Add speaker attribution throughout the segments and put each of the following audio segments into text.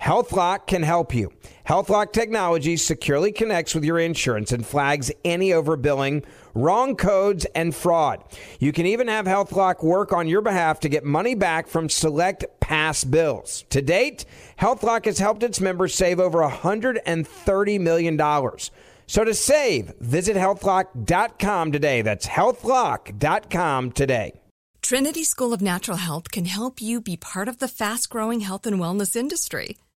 Speaker 1: HealthLock can help you. HealthLock technology securely connects with your insurance and flags any overbilling, wrong codes, and fraud. You can even have HealthLock work on your behalf to get money back from select past bills. To date, HealthLock has helped its members save over $130 million. So to save, visit healthlock.com today. That's healthlock.com today.
Speaker 2: Trinity School of Natural Health can help you be part of the fast growing health and wellness industry.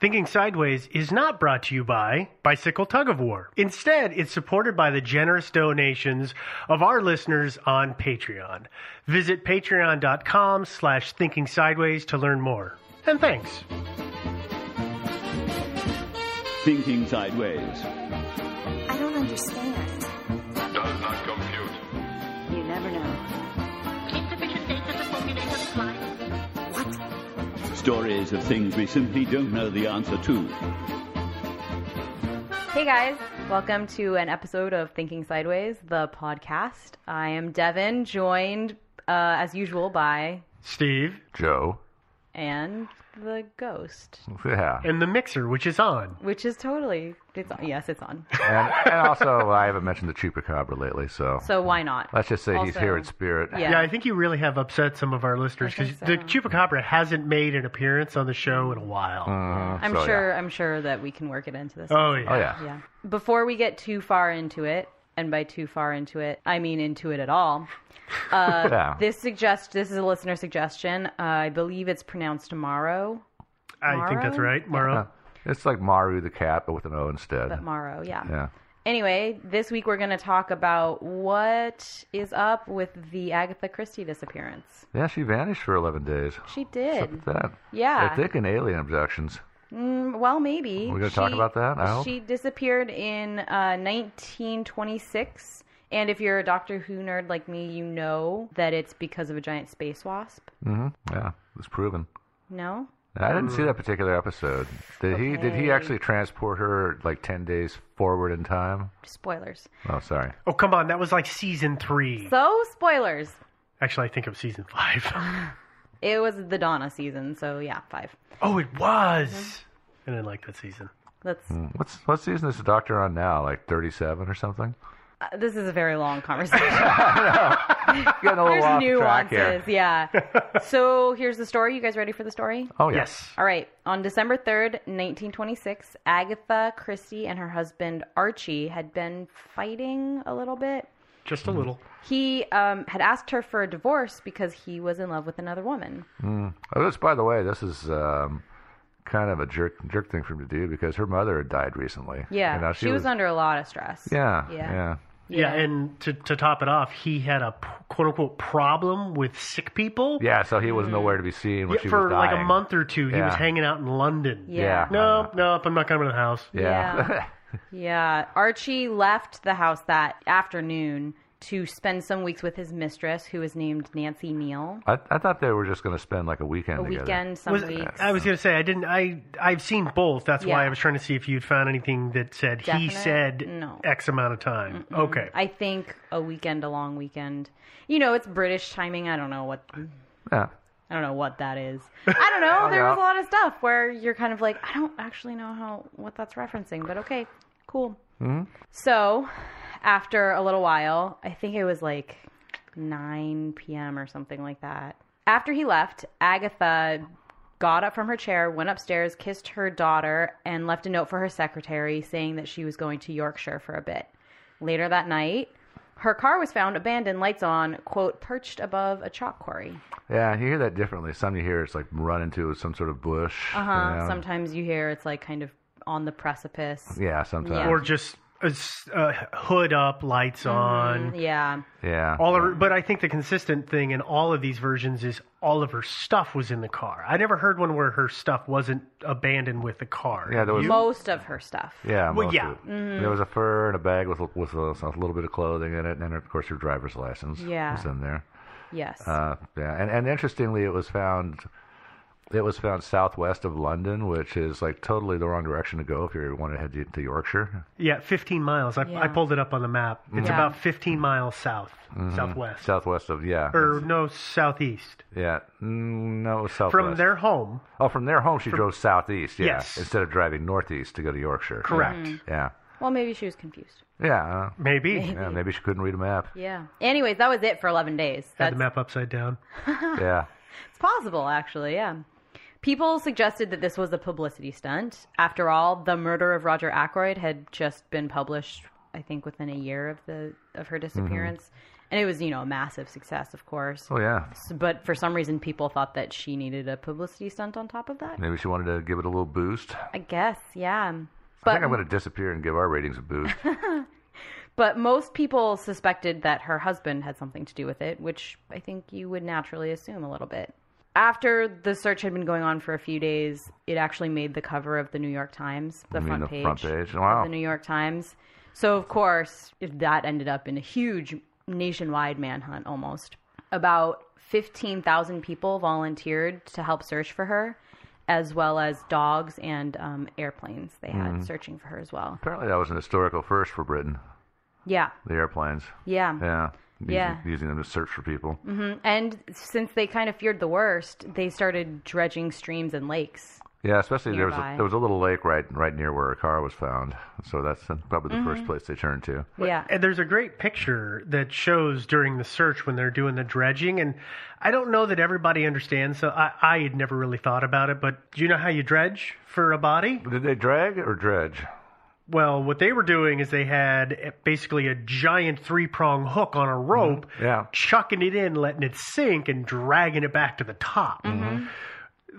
Speaker 3: Thinking Sideways is not brought to you by Bicycle Tug of War. Instead, it's supported by the generous donations of our listeners on Patreon. Visit patreon.com slash thinking sideways to learn more. And thanks.
Speaker 4: Thinking Sideways.
Speaker 5: I don't understand.
Speaker 6: Does not compute.
Speaker 5: You never know.
Speaker 4: What? Stories of things we simply don't know the answer to.
Speaker 7: Hey guys, welcome to an episode of Thinking Sideways, the podcast. I am Devin, joined uh, as usual by
Speaker 3: Steve,
Speaker 6: Joe,
Speaker 7: and the ghost.
Speaker 6: Yeah.
Speaker 3: And the mixer, which is on.
Speaker 7: Which is totally. It's on. Yes, it's on.
Speaker 6: and, and, also, I haven't mentioned the chupacabra lately, so.
Speaker 7: So why not?
Speaker 6: Let's just say also, he's here in spirit.
Speaker 3: Yeah. yeah. I think you really have upset some of our listeners because so. the chupacabra hasn't made an appearance on the show in a while.
Speaker 6: Mm,
Speaker 7: I'm
Speaker 6: so,
Speaker 7: sure.
Speaker 6: Yeah.
Speaker 7: I'm sure that we can work it into this.
Speaker 3: Oh yeah.
Speaker 6: oh yeah. Yeah.
Speaker 7: Before we get too far into it, and by too far into it, I mean into it at all. Uh, yeah. This suggest this is a listener suggestion. Uh, I believe it's pronounced Morrow.
Speaker 3: I think that's right, Morrow. Yeah.
Speaker 6: It's like Maru the cat, but with an O instead.
Speaker 7: But Morrow, yeah.
Speaker 6: Yeah.
Speaker 7: Anyway, this week we're going to talk about what is up with the Agatha Christie disappearance.
Speaker 6: Yeah, she vanished for eleven days.
Speaker 7: She did.
Speaker 6: What's that?
Speaker 7: Yeah.
Speaker 6: They're thinking alien abductions.
Speaker 7: Mm, well, maybe.
Speaker 6: We're going to talk about that. I
Speaker 7: She disappeared in uh, 1926. And if you're a Doctor Who nerd like me, you know that it's because of a giant space wasp.
Speaker 6: Mm-hmm. Yeah, it was proven.
Speaker 7: No.
Speaker 6: I didn't see that particular episode. Did okay. he? Did he actually transport her like ten days forward in time?
Speaker 7: Spoilers.
Speaker 6: Oh, sorry.
Speaker 3: Oh, come on! That was like season three.
Speaker 7: So spoilers.
Speaker 3: Actually, I think of season five.
Speaker 7: it was the Donna season, so yeah, five.
Speaker 3: Oh, it was. Mm-hmm. I didn't like that season.
Speaker 7: That's mm.
Speaker 6: what's what season is the Doctor on now? Like thirty-seven or something.
Speaker 7: Uh, this is a very long conversation.
Speaker 6: Getting a little
Speaker 7: There's nuances, yeah. so here's the story. You guys ready for the story?
Speaker 6: Oh yeah. yes.
Speaker 7: All right. On December 3rd, 1926, Agatha Christie and her husband Archie had been fighting a little bit.
Speaker 3: Just
Speaker 6: Mm-hmm.
Speaker 3: a little.
Speaker 7: He um, had asked her for a divorce because he was in love with another woman.
Speaker 6: Mm. Oh, this, by the way, this is. Um kind of a jerk jerk thing for him to do because her mother had died recently.
Speaker 7: Yeah, you know, she, she was, was, under a lot of stress.
Speaker 6: Yeah, yeah, yeah.
Speaker 3: Yeah, and to, to top it off, he had a p- quote unquote problem with sick people.
Speaker 6: Yeah, so he was nowhere to be seen when
Speaker 3: Yeah,
Speaker 6: she
Speaker 3: for
Speaker 6: was
Speaker 3: like a
Speaker 6: dying.
Speaker 3: month or two, he was
Speaker 6: Yeah.
Speaker 3: hanging out in London.
Speaker 6: Yeah. Yeah.
Speaker 3: Nope, nope, I'm not coming to the house.
Speaker 6: Yeah.
Speaker 7: Yeah, Archie left the house that afternoon to spend some weeks with his mistress, who is named Nancy Neal.
Speaker 6: I, I thought they were just going to spend like a weekend
Speaker 7: A
Speaker 6: together.
Speaker 7: weekend, some
Speaker 3: Was-
Speaker 7: weeks.
Speaker 3: I was gonna say I didn't. I I've seen both. That's why
Speaker 7: Yeah.
Speaker 3: I was trying to see if you'd found anything that said he
Speaker 7: Definite?
Speaker 3: said
Speaker 7: No.
Speaker 3: X amount of time. Okay.
Speaker 7: I think a weekend, a long weekend. You know, it's British timing. I don't know what.
Speaker 6: Yeah.
Speaker 7: I don't know what that is. I don't know. There was a
Speaker 6: Yeah.
Speaker 7: lot of stuff where you're kind of like, I don't actually know how what that's referencing, but okay, cool.
Speaker 6: Mhm.
Speaker 7: So, after a little while, I think it was like 9 p.m. or something like that. After he left, Agatha got up from her chair, went upstairs, kissed her daughter, and left a note for her secretary saying that she was going to Yorkshire for a bit. Later that night, her car was found abandoned, lights on, quote, perched above a chalk quarry.
Speaker 6: Yeah, you hear that differently. Some you hear it's like run into some sort of bush.
Speaker 7: Uh huh.
Speaker 6: you know?
Speaker 7: Sometimes you hear it's like kind of on the precipice.
Speaker 6: Yeah, sometimes.
Speaker 7: Yeah.
Speaker 3: Or just a s- a hood up, lights on.
Speaker 7: Mm-hmm. Yeah.
Speaker 6: Yeah.
Speaker 3: All of her, but I think the consistent thing in all of these versions is all of her stuff was in the car. I never heard one where her stuff wasn't abandoned with the car.
Speaker 6: Yeah, there was-
Speaker 7: Most of her stuff.
Speaker 6: Yeah,
Speaker 3: Well,
Speaker 6: most
Speaker 3: yeah.
Speaker 6: of it.
Speaker 7: Mm.
Speaker 6: There was a fur and a bag with with a, a little bit of clothing in it, and of course her driver's license
Speaker 7: Yeah.
Speaker 6: was in there.
Speaker 7: Yes.
Speaker 6: Uh, yeah, and and interestingly, it was found. It was found southwest of London, which is like totally the wrong direction to go if you want to head to, to Yorkshire.
Speaker 3: Yeah, 15 miles. I,
Speaker 7: Yeah.
Speaker 3: I pulled it up on the map. It's
Speaker 7: Yeah.
Speaker 3: about 15 miles south,
Speaker 6: Mhm.
Speaker 3: southwest,
Speaker 6: Southwest of yeah,
Speaker 3: or no, southeast.
Speaker 6: yeah, Mm, no, it was southwest.
Speaker 3: From their home,
Speaker 6: oh, from their home, she
Speaker 3: from-
Speaker 6: drove southeast. Yeah,
Speaker 3: Yes.
Speaker 6: instead of driving northeast to go to Yorkshire.
Speaker 3: Correct.
Speaker 7: Mhm.
Speaker 6: Yeah,
Speaker 7: Well, maybe she was confused.
Speaker 6: yeah, uh,
Speaker 3: maybe.
Speaker 6: yeah. Maybe she couldn't read a map.
Speaker 7: Yeah. Anyways, that was it for 11 days.
Speaker 3: Had
Speaker 7: That's
Speaker 3: the map upside down.
Speaker 6: yeah.
Speaker 7: it's possible, actually. Yeah. People suggested that this was a publicity stunt. After all, the murder of Roger Ackroyd had just been published, I think, within a year of the of
Speaker 6: Mm-hmm.
Speaker 7: her disappearance, and it was, you know, a massive success, of course.
Speaker 6: Oh yeah.
Speaker 7: S- But for some reason, people thought that she needed a publicity stunt on top of that.
Speaker 6: Maybe she wanted to give it a little boost.
Speaker 7: I guess, yeah.
Speaker 6: I
Speaker 7: But
Speaker 6: think I'm going to disappear and give our ratings a boost.
Speaker 7: but most people suspected that her husband had something to do with it, which I think you would naturally assume a little bit. After the search had been going on for a few days, it actually made the cover of the New York Times,
Speaker 6: You
Speaker 7: the
Speaker 6: mean
Speaker 7: front
Speaker 6: the
Speaker 7: page,
Speaker 6: front page?
Speaker 7: of
Speaker 6: Wow.
Speaker 7: the New York Times. So of course, if that ended up in a huge nationwide manhunt almost. About 15,000 people volunteered to help search for her, as well as dogs and um, airplanes they had
Speaker 6: Mhm.
Speaker 7: searching for her as well.
Speaker 6: Apparently, that was an historical first for Britain.
Speaker 7: Yeah.
Speaker 6: The airplanes.
Speaker 7: Yeah.
Speaker 6: Yeah. Using,
Speaker 7: Yeah.
Speaker 6: Using them to search for people.
Speaker 7: hmm And since they kind of feared the worst, they started dredging streams and lakes.
Speaker 6: Yeah, especially there was a,
Speaker 7: Nearby.
Speaker 6: there was a little lake right right near where her car was found. So that's probably the first
Speaker 7: Mhm.
Speaker 6: place they turned to.
Speaker 7: Yeah.
Speaker 3: And there's a great picture that shows during the search when they're doing the dredging. And I don't know that everybody understands. So I, I had never really thought about it. But do you know how you dredge for a body?
Speaker 6: Did they drag or dredge?
Speaker 3: Well, what they were doing is they had basically a giant three prong hook on a rope,
Speaker 6: Mm-hmm. Yeah.
Speaker 3: chucking it in, letting it sink, and dragging it back to the top.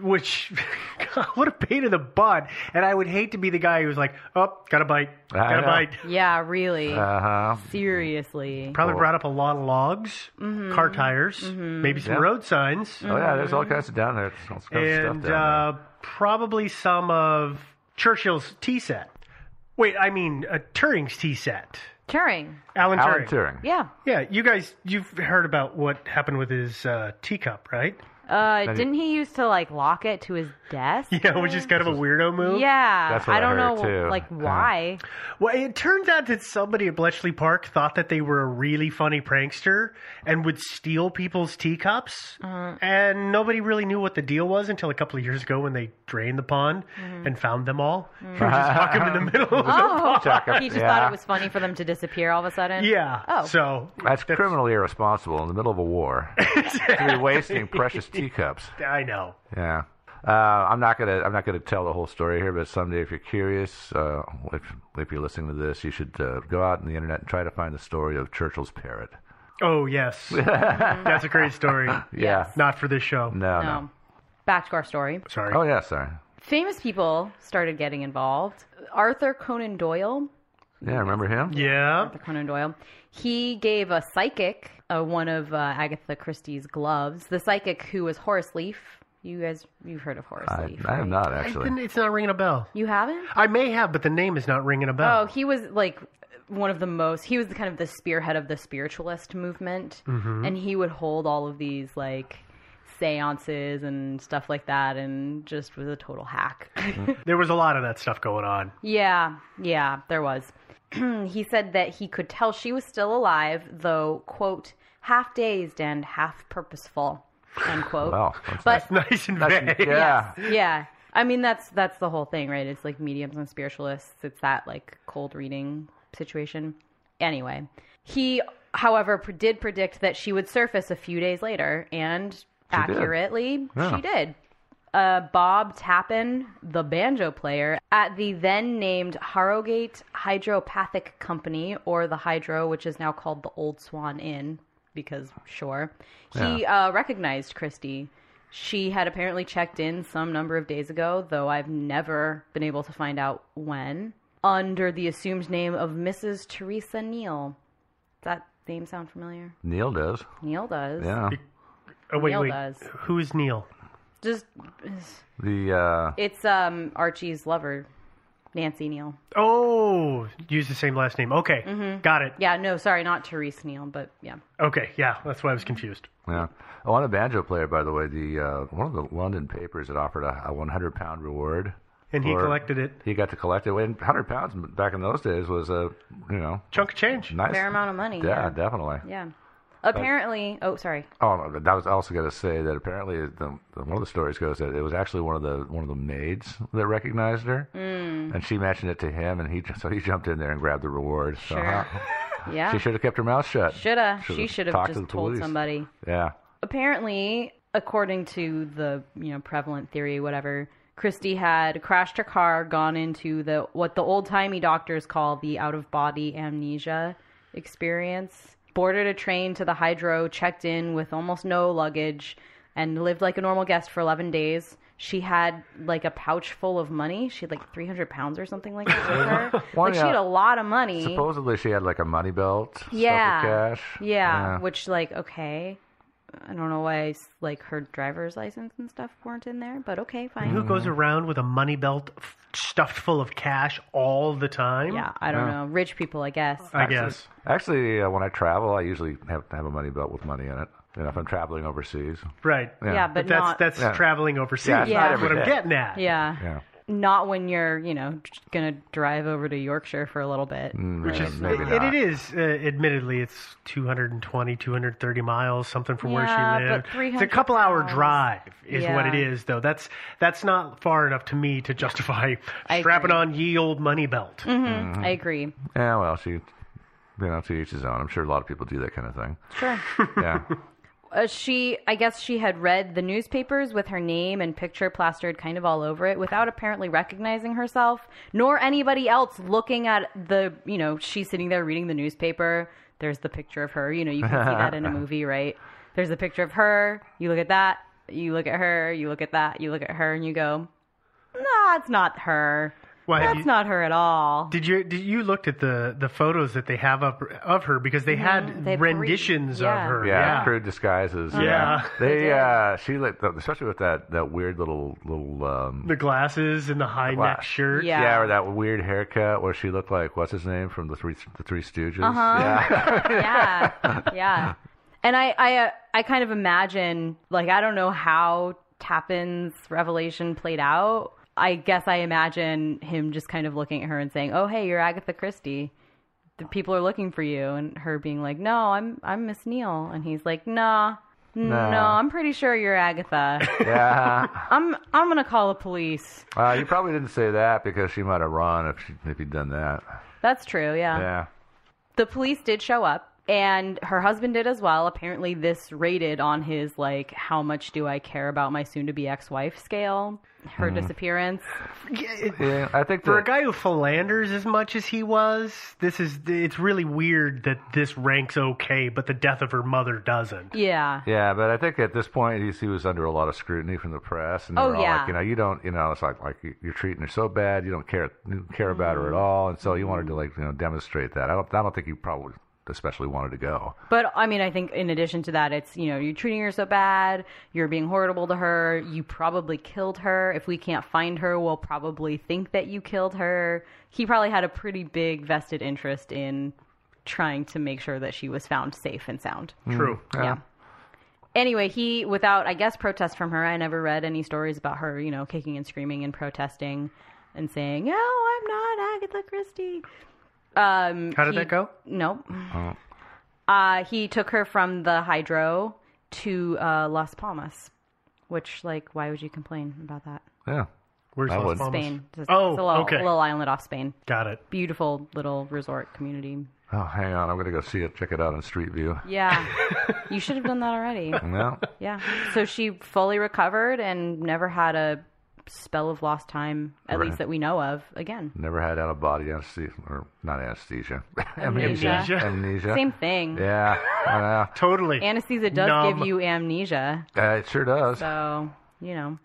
Speaker 3: Which, God, what a pain in the butt. And I would hate to be the guy who's like, oh, got a bite,
Speaker 6: I
Speaker 3: got a
Speaker 6: know.
Speaker 3: bite.
Speaker 7: Yeah, really.
Speaker 6: Uh huh.
Speaker 7: Seriously.
Speaker 3: Probably
Speaker 6: Cool.
Speaker 3: brought up a lot of logs, car tires, maybe some
Speaker 6: Yeah.
Speaker 3: road signs,
Speaker 6: Oh yeah, there's all kinds of down there. There's all kinds of
Speaker 3: and
Speaker 6: stuff down
Speaker 3: uh, probably some of Churchill's tea set. Wait, I mean, uh, Turing's tea set.
Speaker 7: Turing.
Speaker 3: Alan
Speaker 6: there. Alan
Speaker 3: Turing.
Speaker 6: Turing.
Speaker 7: Yeah.
Speaker 3: Yeah, you guys, you've heard about what happened with his uh, teacup, right?
Speaker 7: Uh,
Speaker 6: That is-
Speaker 7: didn't he used to like lock it to his desk?
Speaker 3: Yeah, which is kind of a weirdo move.
Speaker 7: Yeah.
Speaker 6: That's what
Speaker 7: I
Speaker 6: I
Speaker 7: don't
Speaker 6: heard,
Speaker 7: know,
Speaker 6: too. Uh-huh.
Speaker 7: like
Speaker 6: Yeah.
Speaker 7: why.
Speaker 3: Well, it turns out that somebody at Bletchley Park thought that they were a really funny prankster and would steal people's teacups,
Speaker 7: Uh-huh.
Speaker 3: and nobody really knew what the deal was until a couple of years ago when they drained the pond and found them all. He would just huck 'em in the middle of the
Speaker 7: Mm-hmm. Oh,
Speaker 3: pond.
Speaker 6: Check it.
Speaker 7: he just
Speaker 6: Yeah.
Speaker 7: thought it was funny for them to disappear all of a sudden.
Speaker 3: Yeah.
Speaker 7: Oh.
Speaker 3: So
Speaker 6: That's criminally irresponsible in the middle of a war to be wasting precious teacups.
Speaker 3: I know.
Speaker 6: Yeah. Uh, I'm not gonna I'm not gonna tell the whole story here, but someday if you're curious, uh, if if you're listening to this, you should uh, go out on the internet and try to find the story of Churchill's parrot.
Speaker 3: Oh yes, that's a great story.
Speaker 6: Mm-hmm. Yeah.
Speaker 3: Not for this show.
Speaker 6: No, no.
Speaker 7: No. Back to our story.
Speaker 3: Sorry.
Speaker 6: Oh yeah, sorry.
Speaker 7: Famous people started getting involved. Arthur Conan Doyle,
Speaker 6: Yeah, remember him?
Speaker 3: Yeah.
Speaker 7: Arthur Conan Doyle. He gave a psychic uh, one of uh, Agatha Christie's gloves. The psychic who was Horace Leaf. You guys, you've heard of Horace
Speaker 6: I,
Speaker 7: Leaf.
Speaker 6: I have not
Speaker 3: I didn't-
Speaker 6: actually.
Speaker 3: it's not ringing a bell.
Speaker 7: You haven't?
Speaker 3: I may have, but the name is not ringing a bell.
Speaker 7: Oh, he was like one of the most. He was kind of the spearhead of the spiritualist movement,
Speaker 6: Mm-hmm.
Speaker 3: Mhm.
Speaker 7: and he would hold all of these like seances and stuff like that, and just was a total hack.
Speaker 3: There was a lot of that stuff going on.
Speaker 7: Oh. Yeah, yeah, there was. he said that he could tell she was still alive, though, quote, half dazed and half purposeful, unquote.
Speaker 6: Wow, that's
Speaker 7: but
Speaker 3: Nice and
Speaker 6: That's-
Speaker 3: vague.
Speaker 6: yeah.
Speaker 7: yeah, I mean that's that's the whole thing, right? It's like mediums and spiritualists. It's that like cold reading situation. Anyway, he, however, pr- did predict that she would surface a few days later, and
Speaker 6: did.
Speaker 7: accurately,
Speaker 6: Yeah.
Speaker 7: she did uh, Bob Tappan, the banjo player, at the then named Harrogate Hydropathic Company, or the Hydro, which is now called the Old Swan Inn, because sure. He uh, recognized Christie. She had apparently checked in some number of days ago, though I've never been able to find out when, under the assumed name of Mrs. Teresa Neal. Does that name sound familiar?
Speaker 6: Neil does.
Speaker 7: Neal does.
Speaker 6: Yeah.
Speaker 3: Oh, wait,
Speaker 7: Neil
Speaker 3: wait.
Speaker 7: does.
Speaker 3: Who is Neil?
Speaker 7: Just
Speaker 6: The uh,
Speaker 7: It's um Archie's lover, Nancy Neal.
Speaker 3: Oh, use the same last name. Okay, got it.
Speaker 7: Mm-hmm. Yeah, no, sorry, not Therese Neal, but yeah.
Speaker 3: Okay, yeah, that's why I was confused.
Speaker 6: Yeah. Oh, on a banjo player, by the way, the uh, one of the London papers that offered a, a 100 pound reward.
Speaker 3: And he
Speaker 6: for-
Speaker 3: collected it.
Speaker 6: He got to collect it. And 100 pounds back in those days was a you know
Speaker 3: Chunk of change.
Speaker 6: nice
Speaker 7: Fair amount of money,
Speaker 6: Yeah,
Speaker 7: yeah.
Speaker 6: definitely.
Speaker 7: Yeah. Apparently, oh, sorry.
Speaker 6: Oh, no, but I was also going to say that apparently the, the, one of the stories goes that it was actually one of the one of the maids that recognized her, mm. and she mentioned it to him, and he ju- so he jumped in there and grabbed the reward. So,
Speaker 7: Sure. Yeah.
Speaker 6: She should have kept her mouth shut.
Speaker 7: Shoulda.
Speaker 6: Should've
Speaker 7: She should have
Speaker 6: talked
Speaker 7: just
Speaker 6: to the
Speaker 7: told
Speaker 6: police.
Speaker 7: somebody.
Speaker 6: Yeah.
Speaker 7: Apparently, according to the, you know, prevalent theory whatever, Christy had crashed her car, gone into the what the old-timey doctors call the out-of-body amnesia experience, boarded a train to the hydro, checked in with almost no luggage, and lived like a normal guest for 11 days. She had like a pouch full of money. She had like 300 pounds or something like that with her.
Speaker 6: Why
Speaker 7: like she had
Speaker 6: not?
Speaker 7: a lot of money.
Speaker 6: Supposedly she had like a money belt. stuff with
Speaker 7: yeah.
Speaker 6: Cash.
Speaker 7: yeah. Which like okay. I don't know why like her driver's license and stuff weren't in there, but okay, fine.
Speaker 6: Mm-hmm.
Speaker 3: Who goes around with a money belt f- stuffed full of cash all the time?
Speaker 7: Yeah, I don't know. Rich people, I guess.
Speaker 3: I guess.
Speaker 6: Actually, uh, when I travel, I usually have have a money belt with money in it. You know, if I'm traveling overseas.
Speaker 3: Right.
Speaker 7: Yeah, but,
Speaker 3: that's
Speaker 7: not.
Speaker 3: that's
Speaker 6: Yeah.
Speaker 3: traveling overseas.
Speaker 6: Yeah,
Speaker 7: it's not
Speaker 3: That's what
Speaker 6: every
Speaker 3: I'm
Speaker 6: day.
Speaker 3: getting at.
Speaker 7: yeah.
Speaker 6: Yeah.
Speaker 7: Not when you're, you know, just gonna drive over to Yorkshire for a little bit.
Speaker 3: Which is,
Speaker 6: Mm, maybe
Speaker 3: and
Speaker 6: not.
Speaker 3: it is, uh, admittedly, it's 220, 230 miles, something from where
Speaker 7: Yeah,
Speaker 3: she
Speaker 7: but
Speaker 3: lived. It's a
Speaker 7: 300
Speaker 3: couple hour
Speaker 7: miles.
Speaker 3: drive, is what it
Speaker 7: Yeah.
Speaker 3: is, though. That's that's not far enough to me to justify
Speaker 7: I
Speaker 3: strapping
Speaker 7: agree.
Speaker 3: on ye old money belt.
Speaker 7: Mhm,
Speaker 6: Mm-hmm.
Speaker 7: I agree.
Speaker 6: Yeah, well, she, you know, to each his own. I'm sure a lot of people do that kind of thing.
Speaker 7: Sure.
Speaker 6: Yeah.
Speaker 7: uh, she i guess she had read the newspapers with her name and picture plastered kind of all over it without apparently recognizing herself nor anybody else looking at the you know she's sitting there reading the newspaper there's the picture of her you know you can see that in a movie right there's a picture of her you look at that you look at her you look at that you look at her and you go nah it's not her
Speaker 3: Why, have
Speaker 7: that's
Speaker 3: you-
Speaker 7: not her at all
Speaker 3: Did you did you looked at the the photos that they have up of her because they had
Speaker 7: They had three.
Speaker 3: renditions
Speaker 7: Yeah. Uh-huh.
Speaker 3: of her.
Speaker 6: Yeah,
Speaker 3: Yeah.
Speaker 6: crude disguises. Yeah,
Speaker 3: Yeah.
Speaker 6: they uh, she looked especially with that that weird little little um,
Speaker 3: The glasses and the high neck
Speaker 6: glass.
Speaker 3: shirt.
Speaker 7: Yeah.
Speaker 6: yeah, or that weird haircut where she looked like what's his name from the three the Three Stooges.
Speaker 7: Uh-huh.
Speaker 6: Yeah,
Speaker 7: yeah, yeah. And I, I, uh, I kind of imagine, like, I don't know how Tappan's revelation played out. I guess I imagine him just kind of looking at her and saying, "Oh, hey, you're Agatha Christie. The people are looking for you," and her being like, "No, I'm, I'm Miss Neal," and he's like, "Nah." No,
Speaker 6: Nah.
Speaker 7: I'm pretty sure you're Agatha.
Speaker 6: yeah.
Speaker 7: I'm I'm gonna call the police.
Speaker 6: Uh, you probably didn't say that because she might have run if she, if you'd done that.
Speaker 7: That's true, yeah.
Speaker 6: Yeah,
Speaker 7: The police did show up and her husband did as well. Apparently, this rated on his like how much do I care about my soon to be ex wife scale. Her
Speaker 6: Mhm.
Speaker 7: disappearance.
Speaker 6: Yeah, I think
Speaker 3: For
Speaker 6: that
Speaker 3: a guy who philanders as much as he was, this is it's really weird that this ranks okay, but the death of her mother doesn't.
Speaker 7: Yeah.
Speaker 6: Yeah, but I think at this point he's, he was under a lot of scrutiny from the press, and they
Speaker 7: Oh,
Speaker 6: were all
Speaker 7: yeah.
Speaker 6: like, you know, you don't, you know, it's like like you- you're treating her so bad, you don't care you don't care about
Speaker 7: Mm-hmm.
Speaker 6: her at all, and so he wanted to like you know demonstrate that. I don't I don't think he probably especially wanted to go.
Speaker 7: But I mean, I think in addition to that, it's you know you're treating her so bad, you're being horrible to her. You probably killed her. If we can't find her, we'll probably think that you killed her. He probably had a pretty big vested interest in trying to make sure that she was found safe and sound.
Speaker 3: True.
Speaker 7: Yeah. Anyway, he without I guess protest from her. I never read any stories about her, you know, kicking and screaming and protesting and saying, "No, I'm not Agatha Christie." Um,
Speaker 3: How did
Speaker 7: he-
Speaker 3: that go?
Speaker 7: Nope. Uh, he took her from the hydro to uh, Las Palmas, which, like, why would you complain about that?
Speaker 6: Yeah.
Speaker 3: Where's
Speaker 6: I
Speaker 3: Las
Speaker 6: would.
Speaker 3: Palmas?
Speaker 7: Spain. It's a-
Speaker 3: Oh,
Speaker 7: it's a little,
Speaker 3: okay.
Speaker 7: little island off Spain.
Speaker 3: Got it.
Speaker 7: Beautiful little resort community.
Speaker 6: Oh, hang on, I'm gonna go see it, check it out on Street View.
Speaker 7: Yeah. you should have done that already.
Speaker 6: No.
Speaker 7: Yeah. So she fully recovered and never had a spell of lost time, at
Speaker 6: Right.
Speaker 7: least that we know of, again.
Speaker 6: Never had out of body anesthesia, or not anesthesia, amnesia.
Speaker 7: Amnesia.
Speaker 6: Amnesia.
Speaker 7: Same thing.
Speaker 6: Yeah, I know.
Speaker 3: Totally.
Speaker 7: Anesthesia does
Speaker 6: Numb.
Speaker 7: give you amnesia.
Speaker 6: Uh, it sure does.
Speaker 7: So, you know.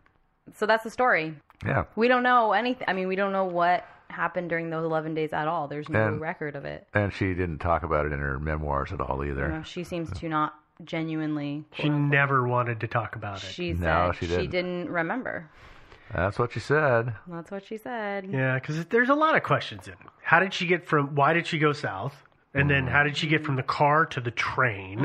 Speaker 7: So that's the story.
Speaker 6: yeah.
Speaker 7: We don't know anything. I mean, we don't know what happened during those 11 days at all. There's no
Speaker 6: And-
Speaker 7: record of it.
Speaker 6: And she didn't talk about it in her memoirs at all
Speaker 7: You
Speaker 6: either.
Speaker 7: know, she seems to not genuinely.
Speaker 3: She never wanted to talk about it.
Speaker 7: She said
Speaker 6: No,
Speaker 7: she,
Speaker 6: she
Speaker 7: didn't.
Speaker 6: didn't.
Speaker 7: remember.
Speaker 6: That's what she said.
Speaker 7: That's what she said.
Speaker 3: Yeah, because there's a lot of questions in. it. How did she get from? Why did she go south? And
Speaker 6: Mm-hmm.
Speaker 3: then how did she get from the car to the train?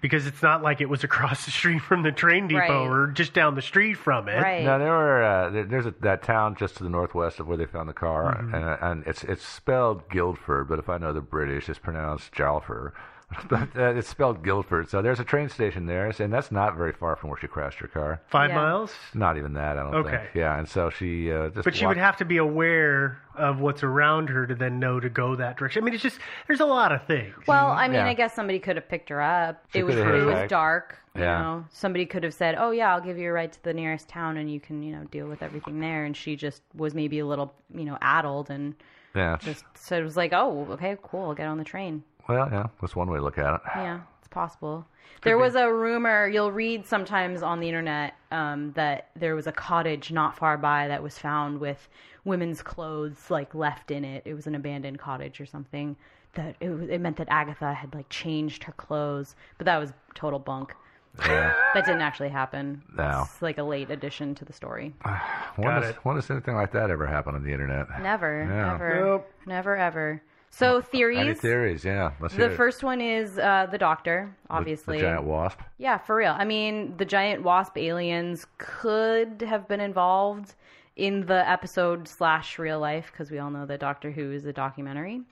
Speaker 3: Because it's not like it was across the street from the train depot
Speaker 7: Mm-hmm. Right.
Speaker 3: or just down the street from it.
Speaker 7: Right.
Speaker 6: No, there were uh, there, there's a, that town just to the northwest of where they found the car, and, and it's it's spelled Guildford, but if I know the British, it's pronounced Jalfer. but uh, it's spelled Guildford. So there's a train station there, and that's not very far from where she crashed her car.
Speaker 3: Five
Speaker 7: Yeah.
Speaker 3: miles.
Speaker 6: Not even that, I don't
Speaker 3: Okay.
Speaker 6: think. Yeah, and so she uh, just.
Speaker 3: But she
Speaker 6: walked-
Speaker 3: would have to be aware of what's around her to then know to go that direction. I mean, it's just there's a lot of things.
Speaker 7: Well, I mean,
Speaker 6: Yeah.
Speaker 7: I guess somebody could have picked her up.
Speaker 6: She
Speaker 7: it was
Speaker 6: could have
Speaker 7: it
Speaker 6: hit
Speaker 7: was
Speaker 6: back.
Speaker 7: dark. You
Speaker 6: Yeah.
Speaker 7: know, somebody could have said, "Oh yeah, I'll give you a ride to the nearest town, and you can you know deal with everything there." And she just was maybe a little you know addled and
Speaker 6: Yeah.
Speaker 7: just so it was like, "Oh, okay, cool, I'll get on the train."
Speaker 6: Well, yeah, that's one way to look at it.
Speaker 7: Yeah, it's possible. There was a rumor you'll read sometimes on the internet um, that there was a cottage not far by that was found with women's clothes like left in it. It was an abandoned cottage or something. That it, was, it meant that Agatha had like changed her clothes, but that was total bunk.
Speaker 6: Yeah.
Speaker 7: That didn't actually happen.
Speaker 6: No.
Speaker 7: It's like a late addition to the story.
Speaker 6: When
Speaker 3: Got
Speaker 6: does-
Speaker 3: it.
Speaker 6: when does anything like that ever happen on the internet?
Speaker 7: Never,
Speaker 6: Yeah.
Speaker 7: ever,
Speaker 3: Nope.
Speaker 7: never, ever. So
Speaker 6: Any
Speaker 7: theories.
Speaker 6: theories? Yeah. Let's
Speaker 7: The
Speaker 6: hear it.
Speaker 7: first one is uh, the doctor,
Speaker 6: The-
Speaker 7: obviously.
Speaker 6: The giant wasp.
Speaker 7: Yeah, for real. I mean, the giant wasp aliens could have been involved in the episode slash real life because we all know that Doctor Who is a documentary.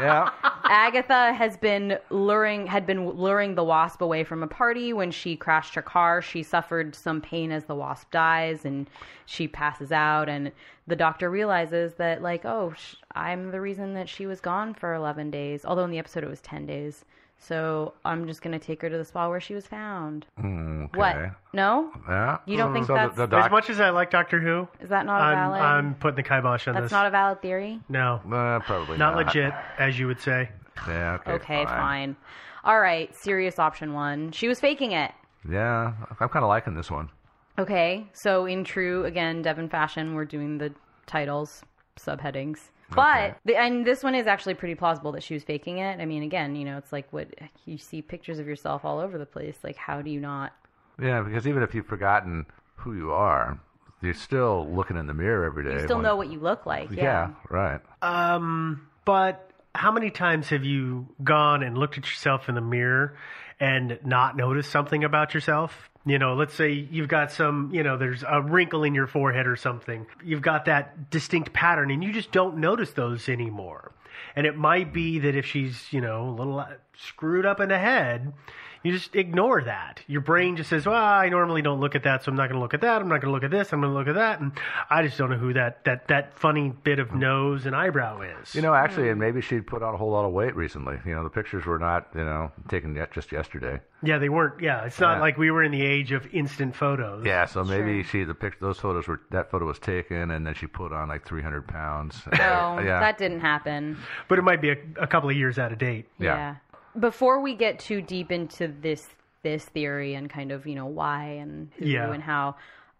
Speaker 6: yeah.
Speaker 7: Agatha has been luring had been luring the wasp away from a party when she crashed her car. She suffered some pain as the wasp dies and she passes out and the doctor realizes that like, oh, sh- I'm the reason that she was gone for 11 days. Although in the episode it was 10 days. So I'm just going to take her to the spot where she was found.
Speaker 6: Mm, Okay.
Speaker 7: What? No?
Speaker 6: Yeah.
Speaker 7: You don't think
Speaker 6: so
Speaker 7: that's-
Speaker 6: the, the
Speaker 3: as
Speaker 6: doc-
Speaker 3: much as I like Doctor Who,
Speaker 7: Is that not a
Speaker 3: I'm,
Speaker 7: valid?
Speaker 3: I'm putting the kibosh on
Speaker 7: that's
Speaker 3: this.
Speaker 7: not a valid theory.
Speaker 3: no,
Speaker 6: Uh, probably
Speaker 3: not
Speaker 6: not,
Speaker 3: legit, as you would say.
Speaker 6: Yeah, okay,
Speaker 7: Okay, fine. All right, serious option one. She was faking it.
Speaker 6: Yeah, I'm kind of liking this one.
Speaker 7: Okay, so in true again Devon fashion, we're doing the titles, subheadings. But the, and this one is actually pretty plausible that she was faking it. I mean, again, you know, it's like what you see pictures of yourself all over the place. Like, how do you not?
Speaker 6: Yeah, because even if you've forgotten who you are, you're still looking in the mirror every day.
Speaker 7: You still
Speaker 6: when-
Speaker 7: know what you look like.
Speaker 6: Yeah. right.
Speaker 3: Um, but how many times have you gone and looked at yourself in the mirror and not noticed something about yourself? You know, let's say you've got some, you know, there's a wrinkle in your forehead or something. You've got that distinct pattern and you just don't notice those anymore. And it might be that if she's, you know, a little uh, screwed up in the head, You just ignore that. Your brain just says, "Well, I normally don't look at that, so I'm not going to look at that. I'm not going to look at this. I'm going to look at that." And I just don't know who that that that funny bit of nose and eyebrow is.
Speaker 6: You know, actually, and maybe she'd put on a whole lot of weight recently. You know, the pictures were not, you know, taken yet just yesterday.
Speaker 3: Yeah, they weren't. Yeah, it's not
Speaker 6: Yeah.
Speaker 3: like we were in the age of instant photos.
Speaker 6: Yeah, so maybe she the pic those photos were that photo was taken, and then she put on like 300 pounds.
Speaker 7: No, that didn't happen.
Speaker 3: But it might be a, a couple of years out of date.
Speaker 6: Yeah.
Speaker 7: Before we get too deep into this this theory and kind of you know why and who
Speaker 3: Yeah.
Speaker 7: and how,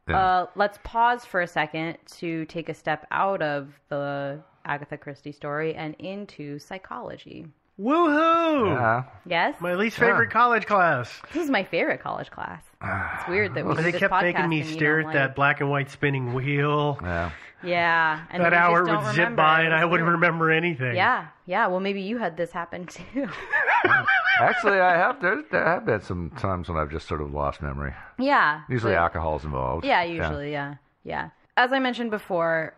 Speaker 3: Yeah.
Speaker 7: uh, let's pause for a second to take a step out of the Agatha Christie story and into psychology.
Speaker 3: Woohoo!
Speaker 6: Yeah.
Speaker 7: Yes,
Speaker 3: my least favorite college class.
Speaker 7: This is my favorite college class. It's weird that we do
Speaker 3: they
Speaker 7: this
Speaker 3: kept making
Speaker 7: podcast
Speaker 3: me
Speaker 7: and you
Speaker 3: stare
Speaker 7: don't
Speaker 3: at that black and white spinning wheel.
Speaker 6: Yeah.
Speaker 7: like- Yeah, and
Speaker 3: that
Speaker 7: we just
Speaker 3: hour
Speaker 7: don't
Speaker 3: would zip
Speaker 7: remember.
Speaker 3: by
Speaker 7: It
Speaker 3: and
Speaker 7: was
Speaker 3: I wouldn't
Speaker 7: weird.
Speaker 3: remember anything.
Speaker 7: Yeah, yeah. Well, maybe you had this happen too.
Speaker 6: Actually, I have there, there have been some times when I've just sort of lost memory.
Speaker 7: yeah.
Speaker 6: Usually,
Speaker 7: but-
Speaker 6: alcohol's involved.
Speaker 7: Yeah, usually, yeah. yeah. As I mentioned before,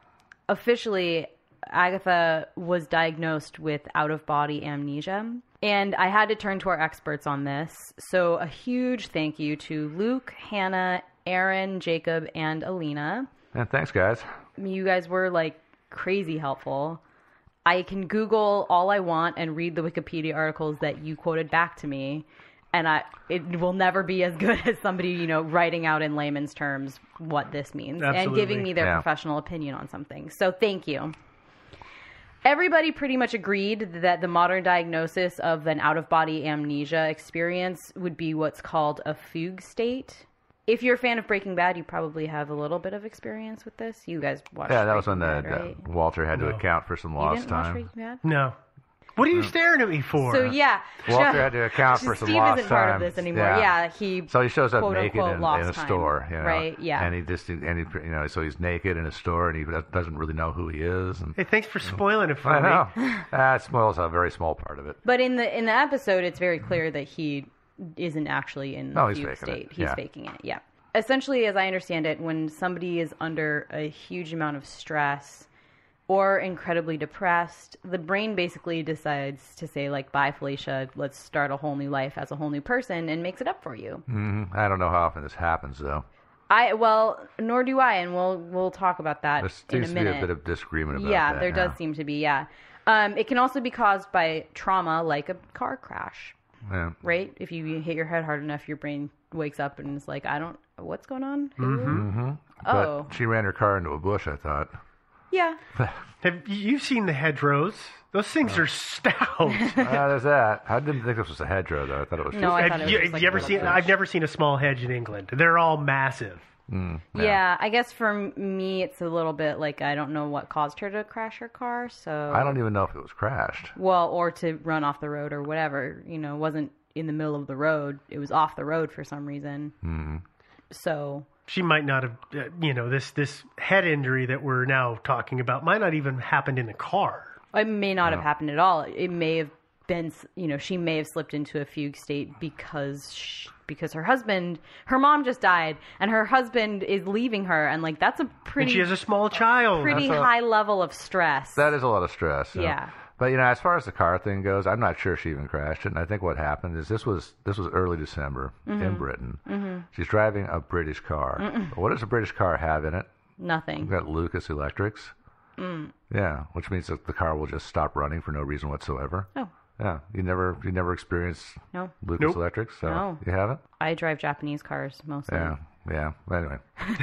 Speaker 7: officially, Agatha was diagnosed with out of body amnesia. And I had to turn to our experts on this. So, a huge thank you to Luke, Hannah, Aaron, Jacob, and Alina.
Speaker 6: And thanks, guys.
Speaker 7: You guys were like crazy helpful. I can Google all I want and read the Wikipedia articles that you quoted back to me, and I it will never be as good as somebody you know writing out in layman's terms what this means and
Speaker 8: Absolutely.
Speaker 7: giving me their
Speaker 8: Yeah.
Speaker 7: professional opinion on something. So thank you. Everybody pretty much agreed that the modern diagnosis of an out of body amnesia experience would be what's called a fugue state. If you're a fan of Breaking Bad, you probably have a little bit of experience with this. You guys watched
Speaker 6: Yeah, that was when
Speaker 7: Breaking
Speaker 6: the,
Speaker 7: Bad, right?
Speaker 6: the- Walter had to account for some
Speaker 7: You
Speaker 6: lost
Speaker 7: didn't watch
Speaker 6: time. Uh-huh.
Speaker 7: Breaking Bad?
Speaker 3: No. What are you staring at me for?
Speaker 7: So yeah,
Speaker 6: Walter
Speaker 7: Jeff-
Speaker 6: had to account for some
Speaker 7: Steve
Speaker 6: lost
Speaker 7: isn't part of
Speaker 6: time.
Speaker 7: this anymore.
Speaker 6: Yeah.
Speaker 7: Yeah, he
Speaker 6: So he shows up
Speaker 7: quote,
Speaker 6: naked
Speaker 7: unquote,
Speaker 6: in,
Speaker 7: lost
Speaker 6: in a
Speaker 7: time.
Speaker 6: store, you know,
Speaker 7: right? Yeah,
Speaker 6: and he just and he you know so he's naked in a store and he do- doesn't really know who he is. And
Speaker 3: Hey, thanks for spoiling it for
Speaker 6: I
Speaker 3: me.
Speaker 6: know that spoils a very small part of it.
Speaker 7: but in the in the episode, it's very clear that he isn't actually in
Speaker 6: No,
Speaker 7: the
Speaker 6: Oh, he's
Speaker 7: fugue
Speaker 6: faking it.
Speaker 7: state. He's
Speaker 6: Yeah.
Speaker 7: faking it. Yeah. Essentially, as I understand it, when somebody is under a huge amount of stress or incredibly depressed, the brain basically decides to say like, "Bye, Felicia. Let's start a whole new life as a whole new person," and makes it up for you.
Speaker 6: hmm I don't know how often this happens though.
Speaker 7: I well, nor do I, and we'll we'll talk about that
Speaker 6: There
Speaker 7: in
Speaker 6: seems to
Speaker 7: a
Speaker 6: be
Speaker 7: minute.
Speaker 6: a bit of disagreement about
Speaker 7: yeah,
Speaker 6: that.
Speaker 7: there does seem to be. Yeah, um, it can also be caused by trauma, like a car crash.
Speaker 6: Yeah.
Speaker 7: Right? If you hit your head hard enough, your brain wakes up and is like, "I don't, what's going on?"
Speaker 6: hmm
Speaker 7: Oh.
Speaker 6: But she ran her car into a bush. I thought.
Speaker 7: Yeah,
Speaker 3: Have you've seen the hedgerows? Those things are stout.
Speaker 6: Ah, there's that. I didn't think this was a hedgerow though. I thought it was.
Speaker 7: No, Oh, I
Speaker 6: just-
Speaker 7: thought
Speaker 3: have
Speaker 7: it was
Speaker 3: you,
Speaker 7: just
Speaker 3: have
Speaker 7: like
Speaker 3: you
Speaker 7: a
Speaker 3: ever
Speaker 7: little
Speaker 3: seen?
Speaker 7: bush.
Speaker 3: I've never seen a small hedge in England. They're all massive.
Speaker 6: Mm.
Speaker 7: yeah. I guess for me, it's a little bit like I don't know what caused her to crash her car. So
Speaker 6: I don't even know if it was crashed.
Speaker 7: Well, or to run off the road or whatever. You know, it wasn't in the middle of the road. It was off the road for some reason.
Speaker 3: Mm-hmm.
Speaker 6: Mm.
Speaker 7: So
Speaker 3: She might not have, uh, you know, this this head injury that we're now talking about might not even happened in the car.
Speaker 7: it may not have
Speaker 3: Yeah.
Speaker 7: happened at all. It may have been, s- you know, she may have slipped into a fugue state because sh because her husband, her mom just died, and her husband is leaving her, and like that's a pretty
Speaker 3: and she has a small child.
Speaker 7: pretty high level of stress.
Speaker 6: That is a lot of stress. you know.
Speaker 7: Yeah.
Speaker 6: But you know, as far as the car thing goes, I'm not sure she even crashed it. And I think what happened is this was this was early December in
Speaker 7: Mhm.
Speaker 6: Britain.
Speaker 7: Mhm.
Speaker 6: She's driving a British car.
Speaker 7: Mm-mm.
Speaker 6: What does a British car have in it? We've
Speaker 7: Nothing.
Speaker 6: got Lucas Electrics.
Speaker 7: Mm.
Speaker 6: Yeah, which means that the car will just stop running for no reason whatsoever.
Speaker 7: Oh.
Speaker 6: Yeah, you never you never experienced
Speaker 7: No.
Speaker 6: Lucas
Speaker 7: Nope.
Speaker 6: Electrics, so
Speaker 7: No.
Speaker 6: you haven't.
Speaker 7: Oh. I drive Japanese cars mostly.
Speaker 6: Yeah, yeah. Anyway,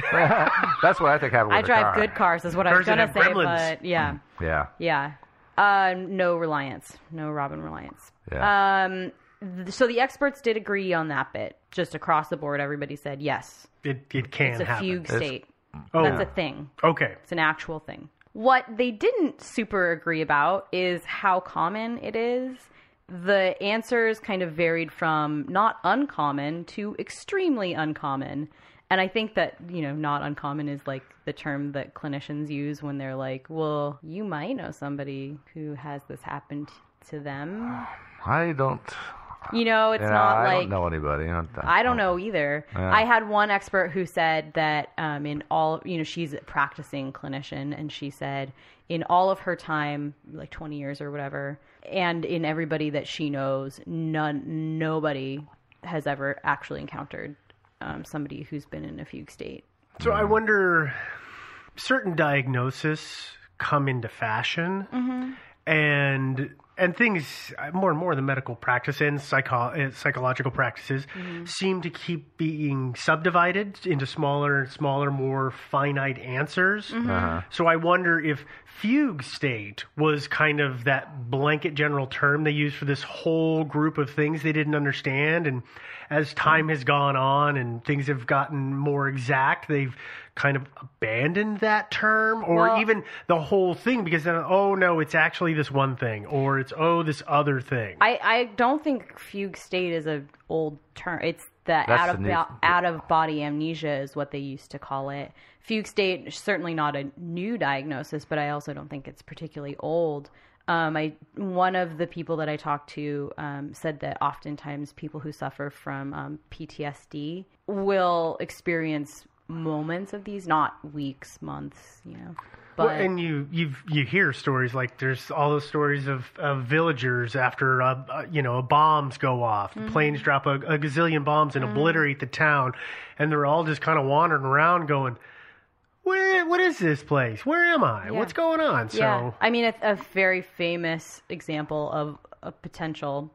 Speaker 6: that's what I think happened. With
Speaker 7: I
Speaker 6: the
Speaker 7: drive
Speaker 6: car.
Speaker 7: good cars, is what I
Speaker 6: Cars
Speaker 7: was
Speaker 6: that
Speaker 7: gonna
Speaker 6: have
Speaker 7: say,
Speaker 6: gremlins.
Speaker 7: but yeah.
Speaker 6: Yeah.
Speaker 7: Yeah. Uh, no reliance. No Robin reliance.
Speaker 6: Yeah.
Speaker 7: Um, th- so the experts did agree on that bit. Just across the board, everybody said yes.
Speaker 3: It it can
Speaker 7: it's a
Speaker 3: happen.
Speaker 7: fugue state.
Speaker 3: Oh.
Speaker 7: That's a thing.
Speaker 3: Okay.
Speaker 7: It's an actual thing. What they didn't super agree about is how common it is. The answers kind of varied from not uncommon to extremely uncommon. And I think that, you know, not uncommon is like the term that clinicians use when they're like, well, you might know somebody who has this happened to them.
Speaker 6: I don't.
Speaker 7: You know, it's
Speaker 6: yeah,
Speaker 7: not
Speaker 6: I
Speaker 7: like
Speaker 6: don't know anybody. I don't,
Speaker 7: I don't know either.
Speaker 6: Yeah.
Speaker 7: I had one expert who said that um, in all, you know, she's a practicing clinician, and she said in all of her time, like 20 years or whatever, and in everybody that she knows, none, nobody has ever actually encountered um, somebody who's been in a fugue state.
Speaker 3: So I wonder, certain diagnoses come into fashion, and and things uh, more and more the medical practice and psycho- uh, psychological practices seem to keep being subdivided into smaller and smaller, more finite answers.
Speaker 8: Mhm. Uh-huh.
Speaker 3: So I wonder if fugue state was kind of that blanket general term they used for this whole group of things they didn't understand. And as time has gone on and things have gotten more exact, they've kind of abandoned that term or
Speaker 7: Well-
Speaker 3: even the whole thing because then, oh no, it's actually this one thing or it's, oh, this other thing.
Speaker 7: I, I don't think fugue state is an old term. It's the
Speaker 3: That's
Speaker 7: out
Speaker 3: the
Speaker 7: of
Speaker 3: new-
Speaker 7: bo- out of body amnesia is what they used to call it. Fugue state is certainly not a new diagnosis, but I also don't think it's particularly old. Um, I one of the people that I talked to um, said that oftentimes people who suffer from um, PTSD will experience moments of these, not weeks, months, you know. But
Speaker 3: well, and you you you hear stories like there's all those stories of, of villagers after uh, uh, you know bombs go off,
Speaker 7: Mhm.
Speaker 3: the planes drop a, a gazillion bombs and obliterate the town, and they're all just kind of wandering around going, where what is this place? Where am I?
Speaker 7: Yeah.
Speaker 3: What's going on? So
Speaker 7: Yeah. I mean, a, a very famous example of a potential,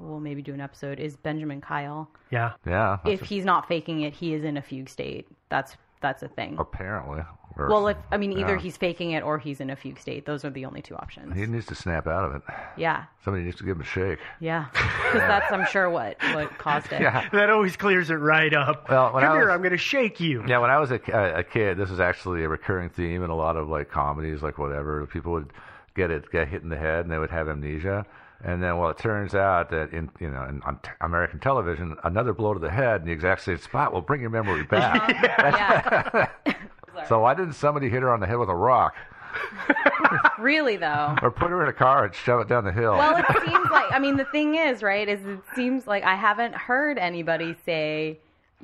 Speaker 7: we'll maybe do an episode, is Benjamin Kyle.
Speaker 3: yeah,
Speaker 6: yeah.
Speaker 7: if he's not faking it, he is in a fugue state. That's that's a thing.
Speaker 6: apparently, or-
Speaker 7: Well, if I mean, either
Speaker 6: yeah.
Speaker 7: he's faking it or he's in a fugue state. Those are the only two options.
Speaker 6: he needs to snap out of it.
Speaker 7: Yeah,
Speaker 6: Somebody needs to give him a shake.
Speaker 7: yeah, because that's I'm sure what what caused it.
Speaker 6: Yeah.
Speaker 3: that always clears it right up.
Speaker 6: Well, when
Speaker 3: Come
Speaker 6: I
Speaker 3: here,
Speaker 6: was-
Speaker 3: I'm going to shake you.
Speaker 6: Yeah, when I was a, a kid, this was actually a recurring theme in a lot of like comedies, like whatever. People would get it, get hit in the head, and they would have amnesia. And then, well, it turns out that in you know in, on t- American television, another blow to the head in the exact same spot will bring your memory back. so why didn't somebody hit her on the head with a rock,
Speaker 7: Really though.
Speaker 6: or put her in a car and shove it down the hill?
Speaker 7: Well, it seems like I mean the thing is, right? Is it seems like I haven't heard anybody say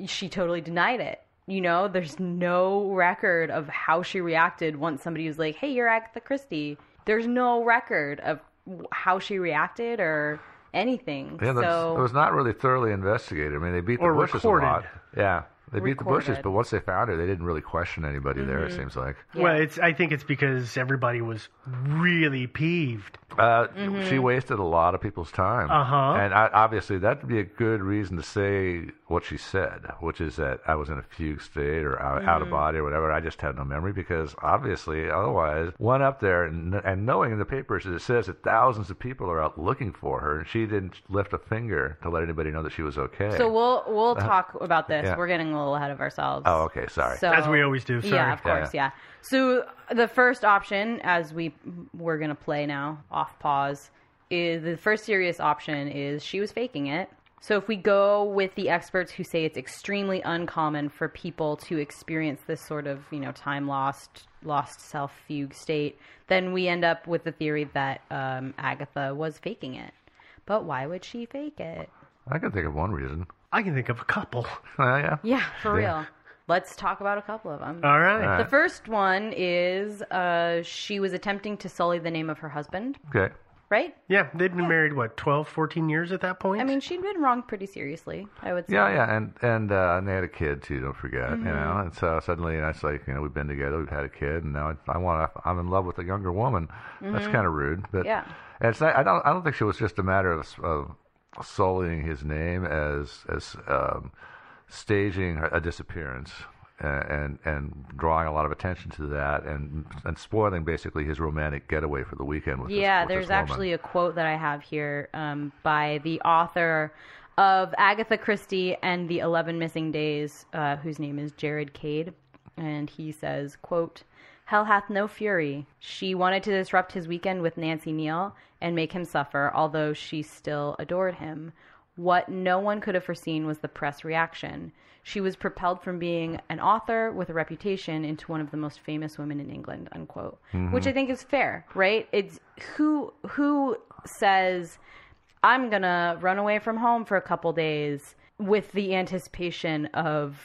Speaker 7: she totally denied it. You know, there's no record of how she reacted once somebody was like, "Hey, you're Agatha Christie." There's no record of w- how she reacted or anything.
Speaker 6: Yeah, that's-
Speaker 7: so
Speaker 6: it was not really thoroughly investigated. I mean, they beat the
Speaker 3: Or
Speaker 6: bushes
Speaker 3: recorded.
Speaker 6: a lot. Yeah, they beat the bushes,
Speaker 3: Recorded.
Speaker 6: but once they found her, they didn't really question anybody there. It
Speaker 3: Mhm.
Speaker 6: seems like.
Speaker 3: Well, it's I think it's because everybody was really peeved.
Speaker 6: Uh,
Speaker 3: Mhm.
Speaker 6: She wasted a lot of people's time.
Speaker 3: Uh-huh.
Speaker 6: And I, obviously, that would be a good reason to say what she said, which is that I was in a fugue state or out, out of
Speaker 9: Mhm.
Speaker 6: body or whatever. I just had no memory because obviously, otherwise, one up there and, and knowing in the papers that it says that thousands of people are out looking for her, and she didn't lift a finger to let anybody know that she was okay.
Speaker 7: so we'll we'll
Speaker 6: Uh,
Speaker 7: talk about this.
Speaker 6: yeah.
Speaker 7: We're getting a little ahead of ourselves.
Speaker 6: Oh, okay. Sorry.
Speaker 7: So- Yeah, of course. Yeah. So the first option, as we we're gonna play now, off pause, is the first serious option is she was faking it. So if we go with the experts who say it's extremely uncommon for people to experience this sort of you know time lost lost self fugue state, then we end up with the theory that um, Agatha was faking it. But why would she fake it?
Speaker 6: I can think of one reason.
Speaker 3: I can think of a couple.
Speaker 6: yeah.
Speaker 7: Yeah, for
Speaker 6: Yeah.
Speaker 7: real. Let's talk about a couple of them.
Speaker 3: All right. All right.
Speaker 7: The first one is uh, she was attempting to sully the name of her husband,
Speaker 6: Okay.
Speaker 7: right?
Speaker 3: Yeah, they'd been married what 12, 14 years at that point.
Speaker 7: I mean, she'd been wronged pretty seriously, I would say.
Speaker 6: Yeah, yeah, and and uh, and they had a kid too. Don't forget, you know.
Speaker 7: Mhm.
Speaker 6: And so suddenly, and it's like, you know, we've been together, we've had a kid, and now I, I want, to, I'm in love with a younger woman. That's
Speaker 7: Mhm.
Speaker 6: kind of rude, but
Speaker 7: Yeah.
Speaker 6: And it's not, I don't, I don't think she was just a matter of, of sullying his name as as um, staging a disappearance. a- And and drawing a lot of attention to that, and and spoiling basically his romantic getaway for the weekend with this-
Speaker 7: yeah,
Speaker 6: with this
Speaker 7: there's
Speaker 6: woman.
Speaker 7: actually a quote that I have here um, by the author of Agatha Christie and the Eleven Missing Days, uh, whose name is Jared Cade, and he says, "quote Hell hath no fury. She wanted to disrupt his weekend with Nancy Neal and make him suffer, although she still adored him." What no one could have foreseen was the press reaction. She was propelled from being an author with a reputation into one of the most famous women in England, unquote. Which
Speaker 10: Mhm.
Speaker 7: I think is fair, right? It's who who says I'm going to run away from home for a couple days with the anticipation of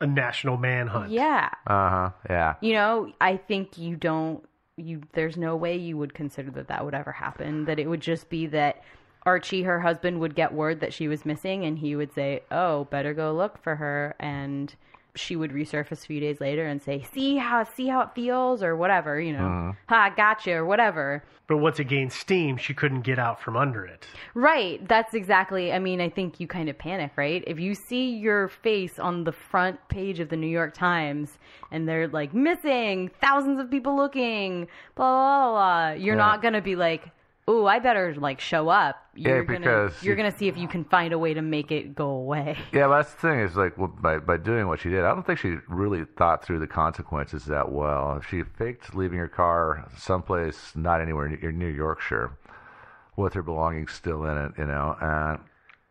Speaker 3: a national manhunt.
Speaker 7: yeah.
Speaker 6: Uh huh. Yeah.
Speaker 7: You know, I think you don't you there's no way you would consider that that would ever happen that it would just be that Archie, her husband, would get word that she was missing and he would say, Oh, better go look for her. And she would resurface a few days later and say, See how, see how it feels or whatever, you know,
Speaker 3: Mhm.
Speaker 7: ha, gotcha or whatever.
Speaker 3: But once it gained steam, she couldn't get out from under it.
Speaker 7: Right. That's exactly. I mean, I think you kind of panic, right? If you see your face on the front page of the New York Times and they're like missing, thousands of people looking, blah blah blah, blah you're
Speaker 6: Yeah.
Speaker 7: not gonna be like, "Ooh, I better like show up."
Speaker 6: Yeah,
Speaker 7: You're gonna,
Speaker 6: because
Speaker 7: you're
Speaker 6: you-
Speaker 7: gonna see if you can find a way to make it go away.
Speaker 6: Yeah, but that's the thing is like well, by by doing what she did, I don't think she really thought through the consequences that well. If She faked leaving her car someplace not anywhere near New Yorkshire, with her belongings still in it, you know, and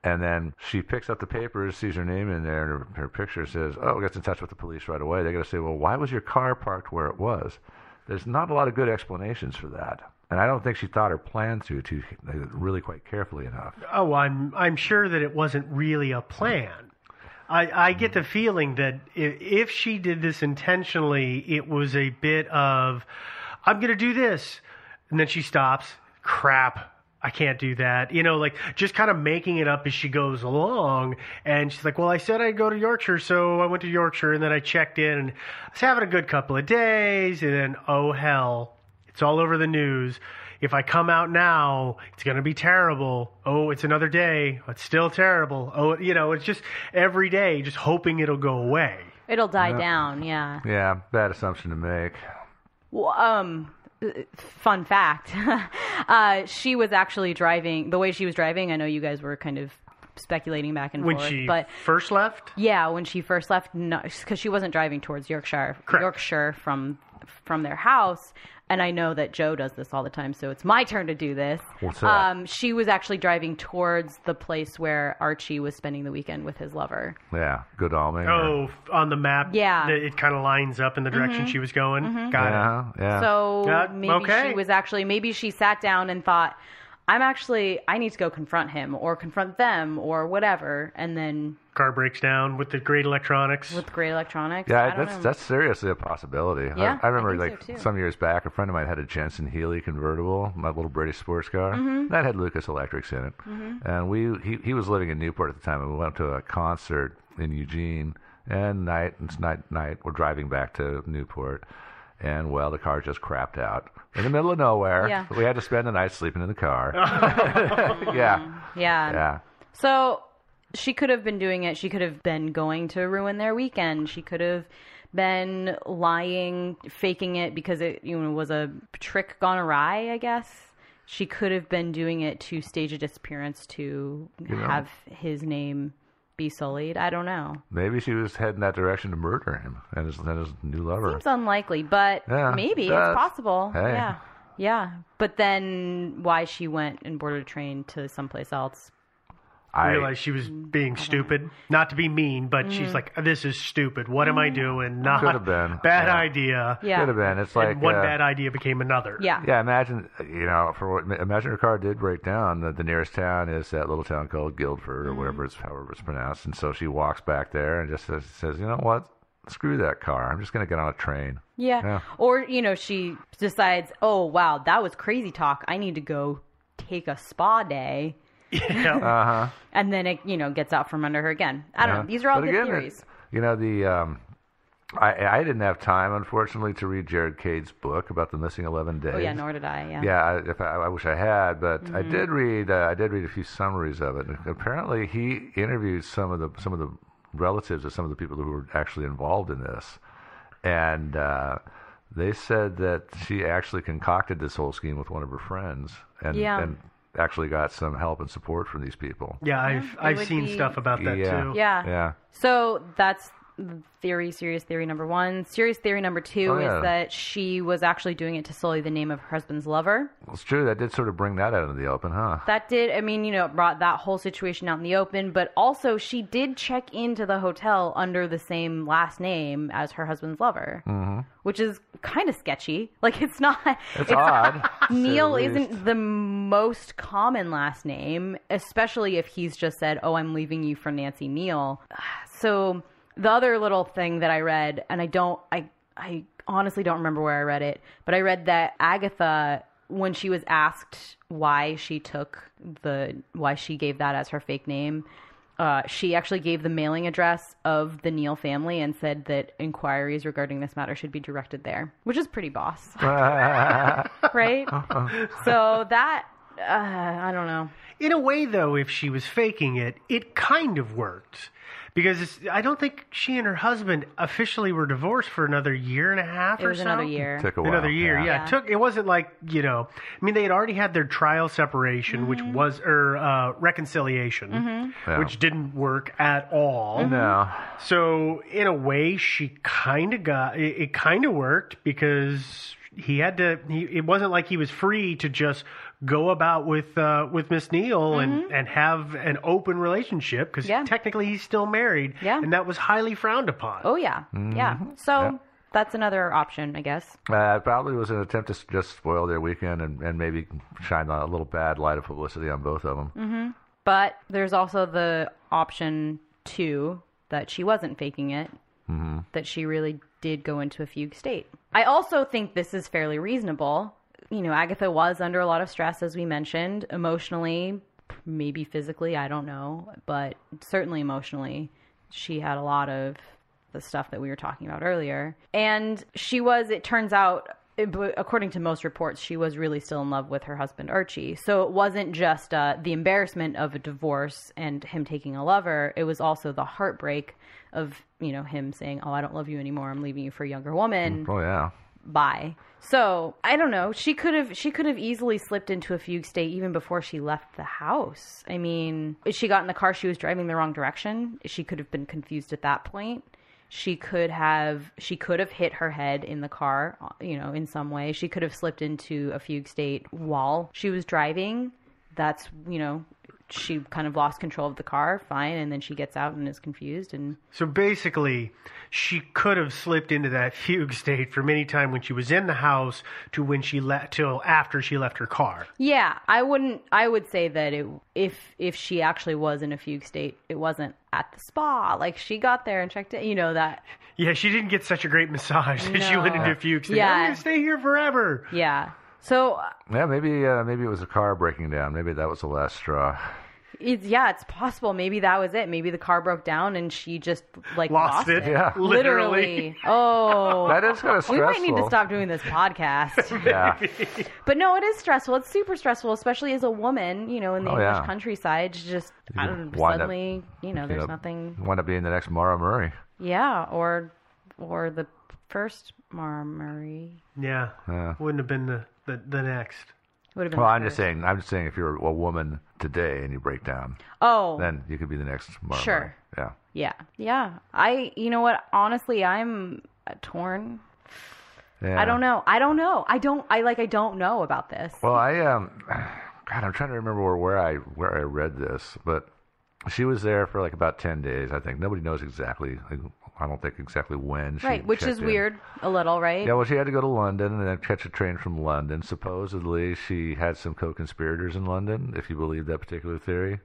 Speaker 6: and then she picks up the papers, sees her name in there, and her, her picture says, "Oh, gets in touch with the police right away." They're gonna say, "Well, why was your car parked where it was?" There's not a lot of good explanations for that, and I don't think she thought her plan through too really quite carefully enough.
Speaker 3: Oh, I'm I'm sure that it wasn't really a plan. I, I get the feeling that i- if she did this intentionally, it was a bit of, I'm going to do this. And then she stops. Crap. I can't do that. You know, like just kind of making it up as she goes along. And she's like, Well, I said I'd go to Yorkshire. So I went to Yorkshire and then I checked in and I was having a good couple of days. And then, oh, hell, it's all over the news. If I come out now, it's going to be terrible. Oh, it's another day. It's still terrible. Oh, you know, it's just every day, just hoping it'll go away.
Speaker 7: It'll die
Speaker 6: Yeah.
Speaker 7: down. Yeah.
Speaker 6: Yeah, bad assumption to make.
Speaker 7: Well, um, uh, fun fact: uh, she was actually driving. The way she was driving, I know you guys were kind of speculating back and
Speaker 3: When
Speaker 7: forth,
Speaker 3: she
Speaker 7: but
Speaker 3: first left,
Speaker 7: yeah, when she first left, because she wasn't driving towards Yorkshire, Yorkshire from from their house. And I know that Joe does this all the time, so it's my turn to do this.
Speaker 6: What's that?
Speaker 7: Um, she was actually driving towards the place where Archie was spending the weekend with his lover.
Speaker 6: Yeah, good almond.
Speaker 3: oh, f- on the map,
Speaker 7: Yeah.
Speaker 3: the- it kind of lines up in the direction
Speaker 7: Mhm.
Speaker 3: she was going.
Speaker 7: Mhm.
Speaker 3: Got
Speaker 6: yeah,
Speaker 3: it.
Speaker 6: Yeah.
Speaker 7: So
Speaker 3: Uh,
Speaker 7: maybe
Speaker 3: okay.
Speaker 7: she was actually maybe she sat down and thought, I'm actually I need to go confront him or confront them or whatever, and then
Speaker 3: Car breaks down with the great electronics.
Speaker 7: with Gray Electronics. I
Speaker 6: Yeah,
Speaker 7: don't
Speaker 6: that's
Speaker 7: know.
Speaker 6: that's seriously a possibility.
Speaker 7: Yeah,
Speaker 6: I, I remember
Speaker 7: I think
Speaker 6: like
Speaker 7: so, too.
Speaker 6: some years back, a friend of mine had a Jensen Healy convertible, my little British sports car.
Speaker 7: Mhm.
Speaker 6: That had Lucas Electrics in it,
Speaker 7: Mhm.
Speaker 6: and we he he was living in Newport at the time, and we went to a concert in Eugene. And night and night night, we're driving back to Newport, and well, the car just crapped out in the middle of nowhere.
Speaker 7: Yeah.
Speaker 6: We had to spend the night sleeping in the car. yeah,
Speaker 7: yeah.
Speaker 6: yeah.
Speaker 7: So she could have been doing it. She could have been going to ruin their weekend. She could have been lying, faking it because it you know was a trick gone awry, I guess. She could have been doing it to stage a disappearance to
Speaker 6: You know.
Speaker 7: have his name be sullied. I don't know.
Speaker 6: Maybe she was heading that direction to murder him and his, and his new lover.
Speaker 7: Seems unlikely, but
Speaker 6: Yeah,
Speaker 7: maybe
Speaker 6: that's-
Speaker 7: it's possible.
Speaker 6: hey.
Speaker 7: Yeah. Yeah. But then why she went and boarded a train to someplace else.
Speaker 3: I
Speaker 6: I-
Speaker 3: realized she was being stupid. Not to be mean, but she's
Speaker 7: Mhm.
Speaker 3: like, "This is stupid. What am I doing? Not
Speaker 6: Could have been.
Speaker 3: bad
Speaker 6: Yeah.
Speaker 3: idea.
Speaker 7: Mm. Yeah.
Speaker 6: Could have been. It's
Speaker 3: And
Speaker 6: like
Speaker 3: one
Speaker 6: uh,
Speaker 3: bad idea became another.
Speaker 7: Yeah.
Speaker 6: Yeah, imagine you know, for what, imagine her car did break down. The, the nearest town is that little town called Guildford or whatever it's however it's pronounced, and so she walks back there and just says, says you know what, screw that car. I'm just gonna get on a train.
Speaker 7: Yeah.
Speaker 6: Yeah.
Speaker 7: Or, you know, she decides, oh, wow, that was crazy talk. I need to go take a spa day.
Speaker 6: Uh huh.
Speaker 7: And then it, you know, gets out from under her again. I don't know. These are all
Speaker 6: But
Speaker 7: good
Speaker 6: again, it-
Speaker 7: theories.
Speaker 6: you know the. Um, I, I didn't have time, unfortunately, to read Jared Cade's book about the missing eleven days.
Speaker 7: oh, yeah, nor did I. Yeah.
Speaker 6: Yeah, I, if I, I wish I had, but I
Speaker 7: Mhm.
Speaker 6: did read. Uh, I did read a few summaries of it. And apparently, he interviewed some of the some of the relatives of some of the people who were actually involved in this, and uh, they said that she actually concocted this whole scheme with one of her friends, and
Speaker 7: Yeah.
Speaker 6: and actually got some help and support from these people.
Speaker 3: Yeah, I've
Speaker 7: it
Speaker 3: I've
Speaker 7: would
Speaker 3: seen
Speaker 7: be-
Speaker 3: stuff about that
Speaker 6: Yeah.
Speaker 3: too.
Speaker 7: Yeah.
Speaker 6: Yeah.
Speaker 7: So that's theory, serious theory number one. Serious theory number two
Speaker 6: Oh, yeah.
Speaker 7: is that she was actually doing it to sully the name of her husband's lover.
Speaker 6: Well, it's true. That did sort of bring that out into the open, huh?
Speaker 7: That did, I mean, you know, it brought that whole situation out in the open, but also she did check into the hotel under the same last name as her husband's lover,
Speaker 6: Mm-hmm.
Speaker 7: which is kind of sketchy. Like, it's not.
Speaker 6: It's odd.
Speaker 7: Neil
Speaker 6: Say the least.
Speaker 7: isn't the most common last name, especially if he's just said, "Oh, I'm leaving you for Nancy Neal." So the other little thing that I read, and I don't, I, I honestly don't remember where I read it, but I read that Agatha when she was asked why she took the why she gave that as her fake name, uh, she actually gave the mailing address of the Neal family and said that inquiries regarding this matter should be directed there, which is pretty boss, right? so that uh, I don't know.
Speaker 3: In a way, though, if she was faking it, it kind of worked. Because it's, I don't think she and her husband officially were divorced for another year and a half
Speaker 7: It
Speaker 3: or
Speaker 7: was
Speaker 3: so.
Speaker 7: another year. Took a
Speaker 3: Another
Speaker 7: while,
Speaker 3: year,
Speaker 7: yeah.
Speaker 3: yeah.
Speaker 7: Yeah.
Speaker 3: It took. It wasn't like you know. I mean, they had already had their trial separation, which
Speaker 7: Mm-hmm.
Speaker 3: was or uh, reconciliation,
Speaker 7: Mhm.
Speaker 6: Yeah.
Speaker 3: which didn't work at all.
Speaker 7: Mm-hmm.
Speaker 6: No.
Speaker 3: So in a way, she kind of got it. it kind of worked because he had to. He, it wasn't like he was free to just go about with uh, with Miss Neal and and have an open relationship because
Speaker 7: Mm-hmm. Yeah.
Speaker 3: technically he's still married.
Speaker 7: Yeah.
Speaker 3: and that was highly frowned upon.
Speaker 7: Oh yeah, yeah.
Speaker 6: Mhm.
Speaker 7: So
Speaker 6: Yeah.
Speaker 7: that's another option, I guess.
Speaker 6: Uh, it probably was an attempt to s- just spoil their weekend and, and maybe shine a little bad light of publicity on both of them.
Speaker 7: hmm But there's also the option two that she wasn't faking it,
Speaker 6: Mm-hmm.
Speaker 7: that she really did go into a fugue state. I also think this is fairly reasonable. You know, Agatha was under a lot of stress, as we mentioned, emotionally, maybe physically, I don't know, but certainly emotionally. She had a lot of the stuff that we were talking about earlier. And she was, it turns out, according to most reports, she was really still in love with her husband, Archie. So it wasn't just uh, the embarrassment of a divorce and him taking a lover, it was also the heartbreak of, you know, him saying, Oh, I don't love you anymore. I'm leaving you for a younger woman.
Speaker 6: Oh yeah.
Speaker 7: Bye. So I don't know. She could have she could have easily slipped into a fugue state even before she left the house. I mean, if she got in the car, she was driving the wrong direction. She could have been confused at that point. She could have she could have hit her head in the car, you know, in some way. She could have slipped into a fugue state while she was driving. That's you know, she kind of lost control of the car. Fine, and then she gets out and is confused and
Speaker 3: So basically, she could have slipped into that fugue state from any time when she was in the house to when she left till after she left her car.
Speaker 7: Yeah, I wouldn't. I would say that it, if if she actually was in a fugue state, it wasn't at the spa. Like she got there and checked in. You know that.
Speaker 3: Yeah, she didn't get such a great massage that she went
Speaker 7: No.
Speaker 3: into fugue state.
Speaker 7: Yeah.
Speaker 3: I'm gonna stay here forever.
Speaker 7: Yeah. So uh,
Speaker 6: Yeah, maybe uh, maybe it was a car breaking down. Maybe that was the last straw.
Speaker 7: it's yeah, it's possible. Maybe that was it. Maybe the car broke down and she just like
Speaker 6: Lost
Speaker 7: lost,
Speaker 6: it, yeah.
Speaker 7: literally. Oh,
Speaker 6: That is kinda
Speaker 7: We might need to
Speaker 6: stressful.
Speaker 7: stop doing this podcast.
Speaker 6: Yeah.
Speaker 7: But no, it is stressful. It's super stressful, especially as a woman, you know, in the
Speaker 6: Oh,
Speaker 7: English
Speaker 6: yeah.
Speaker 7: countryside. She Just I don't know,
Speaker 6: Wind up-
Speaker 7: suddenly, you know, there's
Speaker 6: Ended up-
Speaker 7: nothing.
Speaker 6: Wound up being the next Mara Murray.
Speaker 7: Yeah, or or the first Marmory
Speaker 3: Yeah.
Speaker 6: Yeah.
Speaker 3: Wouldn't have been the, the, the next.
Speaker 7: would have been.
Speaker 6: Well,
Speaker 7: the
Speaker 6: I'm just
Speaker 7: first.
Speaker 6: saying. I'm just saying, if you're a woman today and you break down,
Speaker 7: Oh,
Speaker 6: then you could be the next Mara.
Speaker 7: Sure.
Speaker 6: Murray.
Speaker 7: yeah, yeah. I, you know what? Honestly, I'm uh, torn.
Speaker 6: Yeah. yeah.
Speaker 7: I don't know. I don't know. I don't. I like. I don't know about this.
Speaker 6: Well, I um, God, I'm trying to remember where, where I where I read this, but she was there for like about ten days. I think nobody knows exactly. Like, I don't think exactly when. She
Speaker 7: right, which
Speaker 6: checked
Speaker 7: is
Speaker 6: in.
Speaker 7: weird a little, right?
Speaker 6: Yeah, well, she had to go to London and then catch a train from London. Supposedly, she had some co-conspirators in London, if you believe that particular theory.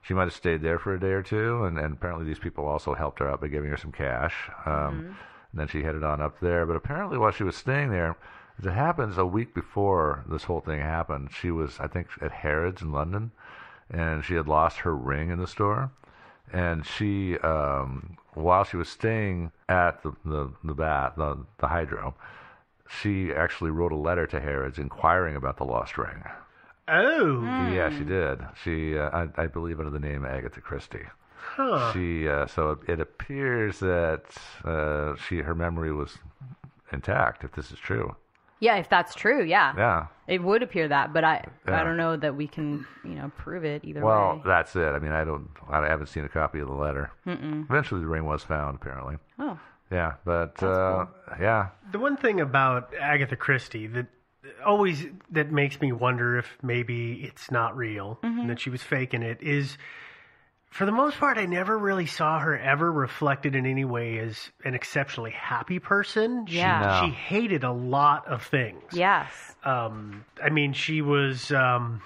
Speaker 6: She might have stayed there for a day or two, and, and apparently these people also helped her out by giving her some cash. Um, And then she headed on up there. But apparently, while she was staying there, as it happens, a week before this whole thing happened, she was, I think, at Harrods in London, and she had lost her ring in the store and she um, while she was staying at the the the bat the, the hydro she actually wrote a letter to Herod's inquiring about the lost ring.
Speaker 3: Oh.
Speaker 7: Mm.
Speaker 6: Yeah,
Speaker 7: Hmm.
Speaker 6: she did. She, uh, I, I believe, under the name Agatha Christie.
Speaker 3: Huh.
Speaker 6: She, uh, so it, it appears that uh, she, her memory was intact. If this is true,
Speaker 7: Yeah, if that's true, yeah.
Speaker 6: yeah.
Speaker 7: It would appear that, but I, I
Speaker 6: Yeah.
Speaker 7: don't know that we can, you know, prove it either
Speaker 6: Well,
Speaker 7: way.
Speaker 6: that's it. I mean, I don't, I haven't seen a copy of the letter.
Speaker 7: Mm-mm.
Speaker 6: Eventually, the ring was found, apparently.
Speaker 7: Oh,
Speaker 6: Yeah, but uh, yeah,
Speaker 3: The one thing about Agatha Christie that always that makes me wonder if maybe it's not real and that she was faking it is for the most part I never really saw her ever reflected in any way as an exceptionally happy person.
Speaker 7: Yeah.
Speaker 3: She, she hated a lot of things.
Speaker 7: yes.
Speaker 3: Um I mean she was um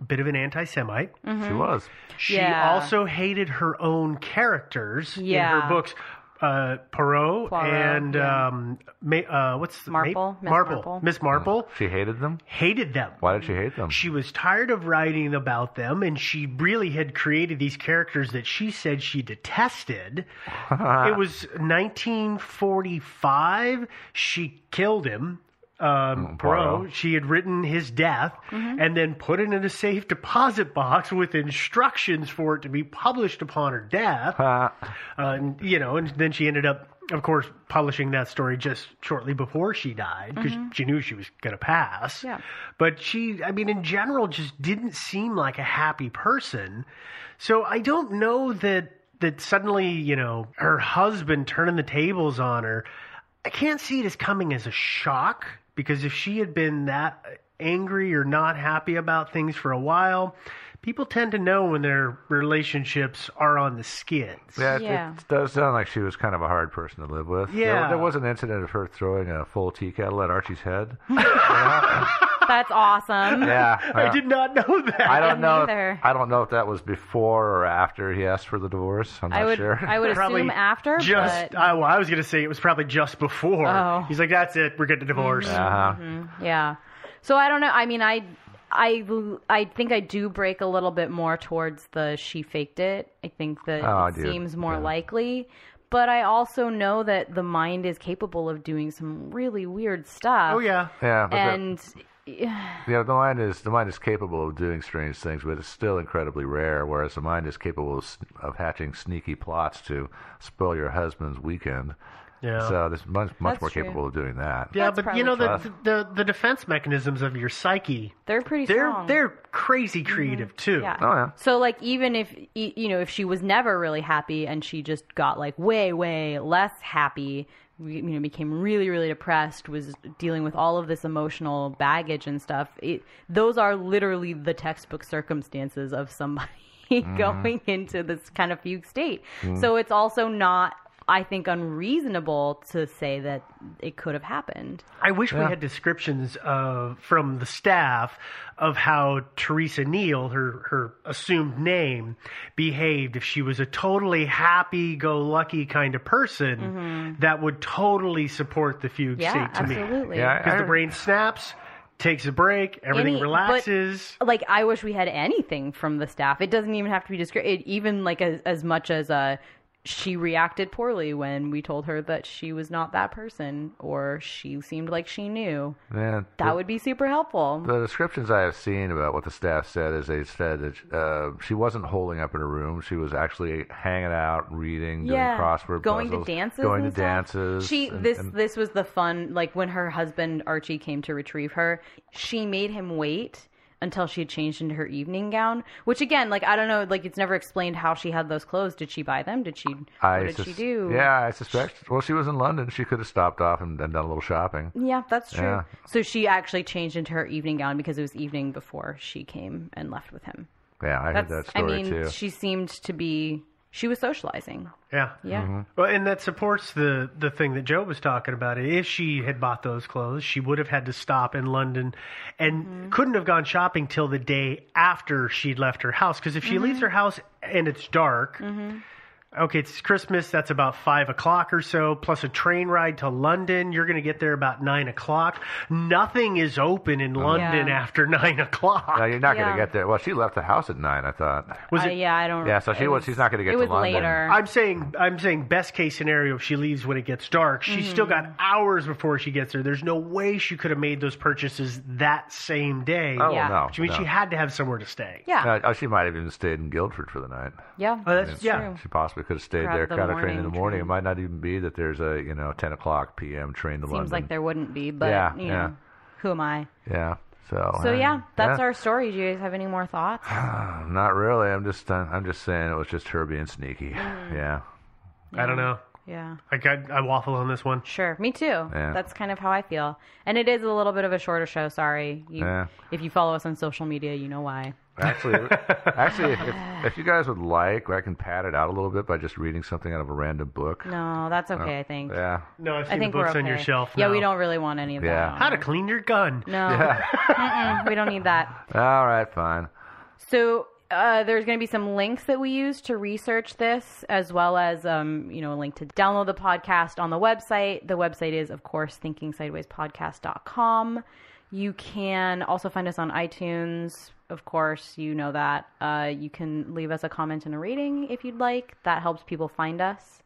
Speaker 3: a bit of an anti-Semite.
Speaker 6: she was.
Speaker 3: She
Speaker 7: Yeah.
Speaker 3: also hated her own characters in
Speaker 7: Yeah.
Speaker 3: her books. uh, Poirot,
Speaker 7: Poirot,
Speaker 3: and
Speaker 7: yeah.
Speaker 3: um, Ma- uh, what's the,
Speaker 7: Marple,
Speaker 3: Ma-
Speaker 7: Miss
Speaker 3: Marple,
Speaker 7: Marple.
Speaker 3: Miss Marple,
Speaker 6: She hated them.
Speaker 3: hated them.
Speaker 6: Why did she hate them?
Speaker 3: She was tired of writing about them, and she really had created these characters that she said she detested. it was 1945. She killed him. Um,
Speaker 6: Poirot.
Speaker 3: Poirot. She had written his death and then put it in a safe deposit box with instructions for it to be published upon her death.
Speaker 6: Uh,
Speaker 3: Uh, and, you know, and then she ended up, of course, publishing that story just shortly before she died because she knew she was going to pass.
Speaker 7: Yeah.
Speaker 3: But she, I mean, in general, just didn't seem like a happy person. So I don't know that that suddenly, you know, her husband turning the tables on her. I can't see it as coming as a shock because if she had been that angry or not happy about things for a while, people tend to know when their relationships are on the skids.
Speaker 6: yeah, it-
Speaker 7: Yeah.
Speaker 6: It, does sound like she was kind of a hard person to live with. There-
Speaker 3: Yeah.
Speaker 6: There, was an incident of her throwing a full tea kettle at Archie's head.
Speaker 7: That's awesome.
Speaker 6: yeah.
Speaker 3: I did not know that.
Speaker 6: I don't know.
Speaker 7: either.
Speaker 6: If, I don't know if that was before or after he asked for the divorce. I'm not
Speaker 7: I would
Speaker 6: sure.
Speaker 7: I would assume after,
Speaker 3: Just,
Speaker 7: but
Speaker 3: I, well, I was going to say it was probably just before.
Speaker 7: Oh. Mm-hmm.
Speaker 3: He's like, that's it. We're getting divorced.
Speaker 6: Uh-huh.
Speaker 7: yeah. So I don't know. I mean, I I I think I do break a little bit more towards the she faked it. I think that
Speaker 6: Oh,
Speaker 7: it
Speaker 6: dude.
Speaker 7: seems more
Speaker 6: Yeah.
Speaker 7: likely. But I also know that the mind is capable of doing some really weird stuff.
Speaker 3: Oh, yeah.
Speaker 6: yeah, but the-
Speaker 7: And
Speaker 6: Yeah, the mind is the mind is capable of doing strange things, but it's still incredibly rare. Whereas the mind is capable of, s- of hatching sneaky plots to spoil your husband's weekend.
Speaker 3: Yeah.
Speaker 6: So this mind's much
Speaker 7: That's
Speaker 6: more
Speaker 7: true.
Speaker 6: capable of doing that.
Speaker 3: yeah,
Speaker 7: That's
Speaker 3: but you know
Speaker 7: probably
Speaker 3: the, the the defense mechanisms of your psyche.
Speaker 7: they're pretty
Speaker 3: They're
Speaker 7: strong. Mm-hmm.
Speaker 3: they're crazy creative too.
Speaker 7: Yeah.
Speaker 6: Oh, yeah.
Speaker 7: So like even if y- you know if she was never really happy and she just got like way way less happy, you know became really really depressed, was dealing with all of this emotional baggage and stuff. It, those are literally the textbook circumstances of somebody going into this kind of fugue state. So it's also not I think unreasonable to say that it could have happened.
Speaker 3: I wish we had descriptions of from the staff of how Teresa Neal, her her assumed name, behaved if she was a totally happy-go-lucky kind of person that would totally support the fugue
Speaker 7: Mm-hmm. Yeah,
Speaker 3: state to me.
Speaker 7: absolutely.
Speaker 6: Yeah, I-
Speaker 3: Because the brain snaps, takes a break, everything
Speaker 7: Any- but-
Speaker 3: relaxes.
Speaker 7: like I wish we had anything from the staff. It doesn't even have to be descriptive. Even like as, as much as uh, she reacted poorly when we told her that she was not that person, or she seemed like she knew.
Speaker 6: Man,
Speaker 7: That would be super helpful.
Speaker 6: The descriptions I have seen about what the staff said is they said that uh, she wasn't holding up in her room. She was actually hanging out, reading, doing crossword
Speaker 7: going
Speaker 6: puzzles,
Speaker 7: to dances,
Speaker 6: going to
Speaker 7: and stuff.
Speaker 6: dances.
Speaker 7: She
Speaker 6: and-
Speaker 7: this
Speaker 6: and-
Speaker 7: this was the fun. Like when her husband Archie came to retrieve her, she made him wait until she had changed into her evening gown. Which again, like I don't know, like it's never explained how she had those clothes. Did she buy them? Did she?
Speaker 6: I
Speaker 7: what did she
Speaker 6: sus-
Speaker 7: do?
Speaker 6: Yeah, I suspect. Well, she was in London. She could have stopped off and, and done a little shopping.
Speaker 7: Yeah, that's true.
Speaker 6: Yeah.
Speaker 7: So she actually changed into her evening gown because it was evening before she came and left with him.
Speaker 6: Yeah, I
Speaker 7: That's,
Speaker 6: heard that story
Speaker 7: I mean,
Speaker 6: too.
Speaker 7: she seemed to be she was socializing.
Speaker 3: Yeah.
Speaker 7: Yeah.
Speaker 3: Well, and that supports the the thing that Joe was talking about. If she had bought those clothes, she would have had to stop in London and
Speaker 7: Mm-hmm.
Speaker 3: couldn't have gone shopping till the day after she'd left her house. Because if she
Speaker 7: Mm-hmm.
Speaker 3: leaves her house and it's dark, okay, it's Christmas. That's about five o'clock or so, plus a train ride to London. You're going to get there about nine o'clock. Nothing is open in London
Speaker 7: Yeah.
Speaker 3: after nine o'clock.
Speaker 6: No, you're not going
Speaker 7: Yeah.
Speaker 6: to get there. Well, she left the house at nine. I thought.
Speaker 3: Was
Speaker 7: I-
Speaker 3: it-
Speaker 7: yeah, I don't.
Speaker 6: Yeah, so she
Speaker 7: Oh, it
Speaker 6: was- she's not gonna get
Speaker 7: It
Speaker 6: to
Speaker 7: was
Speaker 6: London.
Speaker 7: later.
Speaker 3: I'm saying I'm saying best case scenario if she leaves when it gets dark, she's
Speaker 7: Mm-hmm.
Speaker 3: still got hours before she gets there. There's no way she could have made those purchases that same day.
Speaker 6: Oh
Speaker 7: Yeah.
Speaker 6: no!
Speaker 3: I mean
Speaker 6: no.
Speaker 3: she had to have somewhere to stay.
Speaker 7: yeah,
Speaker 6: Uh, oh, she might have even stayed in Guildford for the night.
Speaker 7: yeah.
Speaker 3: Oh, that's, yeah.
Speaker 6: She possibly could have stayed
Speaker 7: Grab
Speaker 6: there,
Speaker 7: the
Speaker 6: caught a train in the
Speaker 7: morning
Speaker 6: morning. It
Speaker 7: train.
Speaker 6: might not even be that there's a you know ten o'clock p.m. train to
Speaker 7: Seems
Speaker 6: London.
Speaker 7: like there wouldn't be, but
Speaker 6: Yeah,
Speaker 7: you know,
Speaker 6: yeah.
Speaker 7: who am I?
Speaker 6: Yeah. So.
Speaker 7: So
Speaker 6: uh,
Speaker 7: yeah, that's our story. Do you guys have any more thoughts?
Speaker 6: Not really. I'm just. Uh, I'm just saying it was just her being sneaky. Yeah.
Speaker 3: I don't know.
Speaker 7: Yeah.
Speaker 3: I got I waffle on this one.
Speaker 7: Sure, me too.
Speaker 6: Yeah.
Speaker 7: That's kind of how I feel, and it is a little bit of a shorter show. Sorry, you,
Speaker 6: Yeah.
Speaker 7: if you follow us on social media, you know why.
Speaker 6: Actually, actually, if, if you guys would like, I can pad it out a little bit by just reading something out of a random book.
Speaker 7: No, that's okay. I think.
Speaker 6: Oh, Yeah.
Speaker 3: No, I've
Speaker 7: I
Speaker 3: seen
Speaker 7: think
Speaker 3: the
Speaker 7: we're
Speaker 3: books
Speaker 7: okay.
Speaker 3: on your shelf.
Speaker 7: Yeah,
Speaker 3: now.
Speaker 7: we don't really want any of
Speaker 6: Yeah.
Speaker 7: that.
Speaker 3: How to clean your gun.
Speaker 7: No, Mm-mm, we don't need that.
Speaker 6: All right. Fine.
Speaker 7: So Uh, there's going to be some links that we use to research this, as well as um, you know a link to download the podcast on the website. The website is, of course, thinkingsidewayspodcast.com. You can also find us on iTunes. Of course, you know that. Uh, you can leave us a comment and a rating if you'd like. That helps people find us.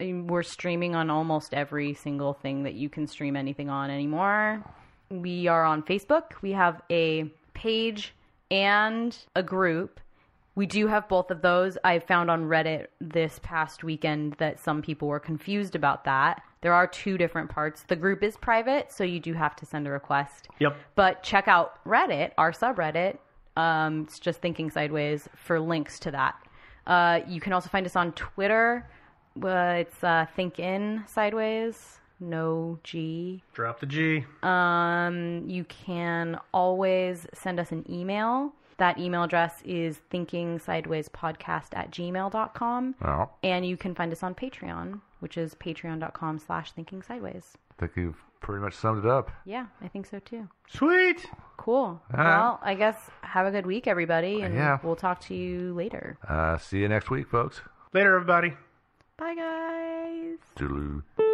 Speaker 7: I mean, We're streaming on almost every single thing that you can stream anything on anymore. We are on Facebook. We have a page and a group. We do have both of those. I found on Reddit this past weekend that some people were confused about that. There are two different parts. The group is private, so you do have to send a request.
Speaker 3: Yep.
Speaker 7: But check out Reddit, our subreddit. Um, it's just Thinking Sideways for links to that. Uh, you can also find us on Twitter. Uh, it's uh, Think In Sideways, no G.
Speaker 3: Drop the G.
Speaker 7: Um, you can always send us an email. That email address is thinkingsidewayspodcast at gmail.com.
Speaker 6: Well,
Speaker 7: And you can find us on Patreon, which is patreon.com slash thinking sideways.
Speaker 6: I think you've pretty much summed it up.
Speaker 7: Yeah, I think so too.
Speaker 3: Sweet.
Speaker 7: Cool.
Speaker 6: All right.
Speaker 7: well, I guess have a good week, everybody, and
Speaker 6: Yeah.
Speaker 7: we'll talk to you later.
Speaker 6: Uh, see you next week, folks.
Speaker 3: Later, everybody.
Speaker 7: Bye, guys.
Speaker 6: Toodaloo.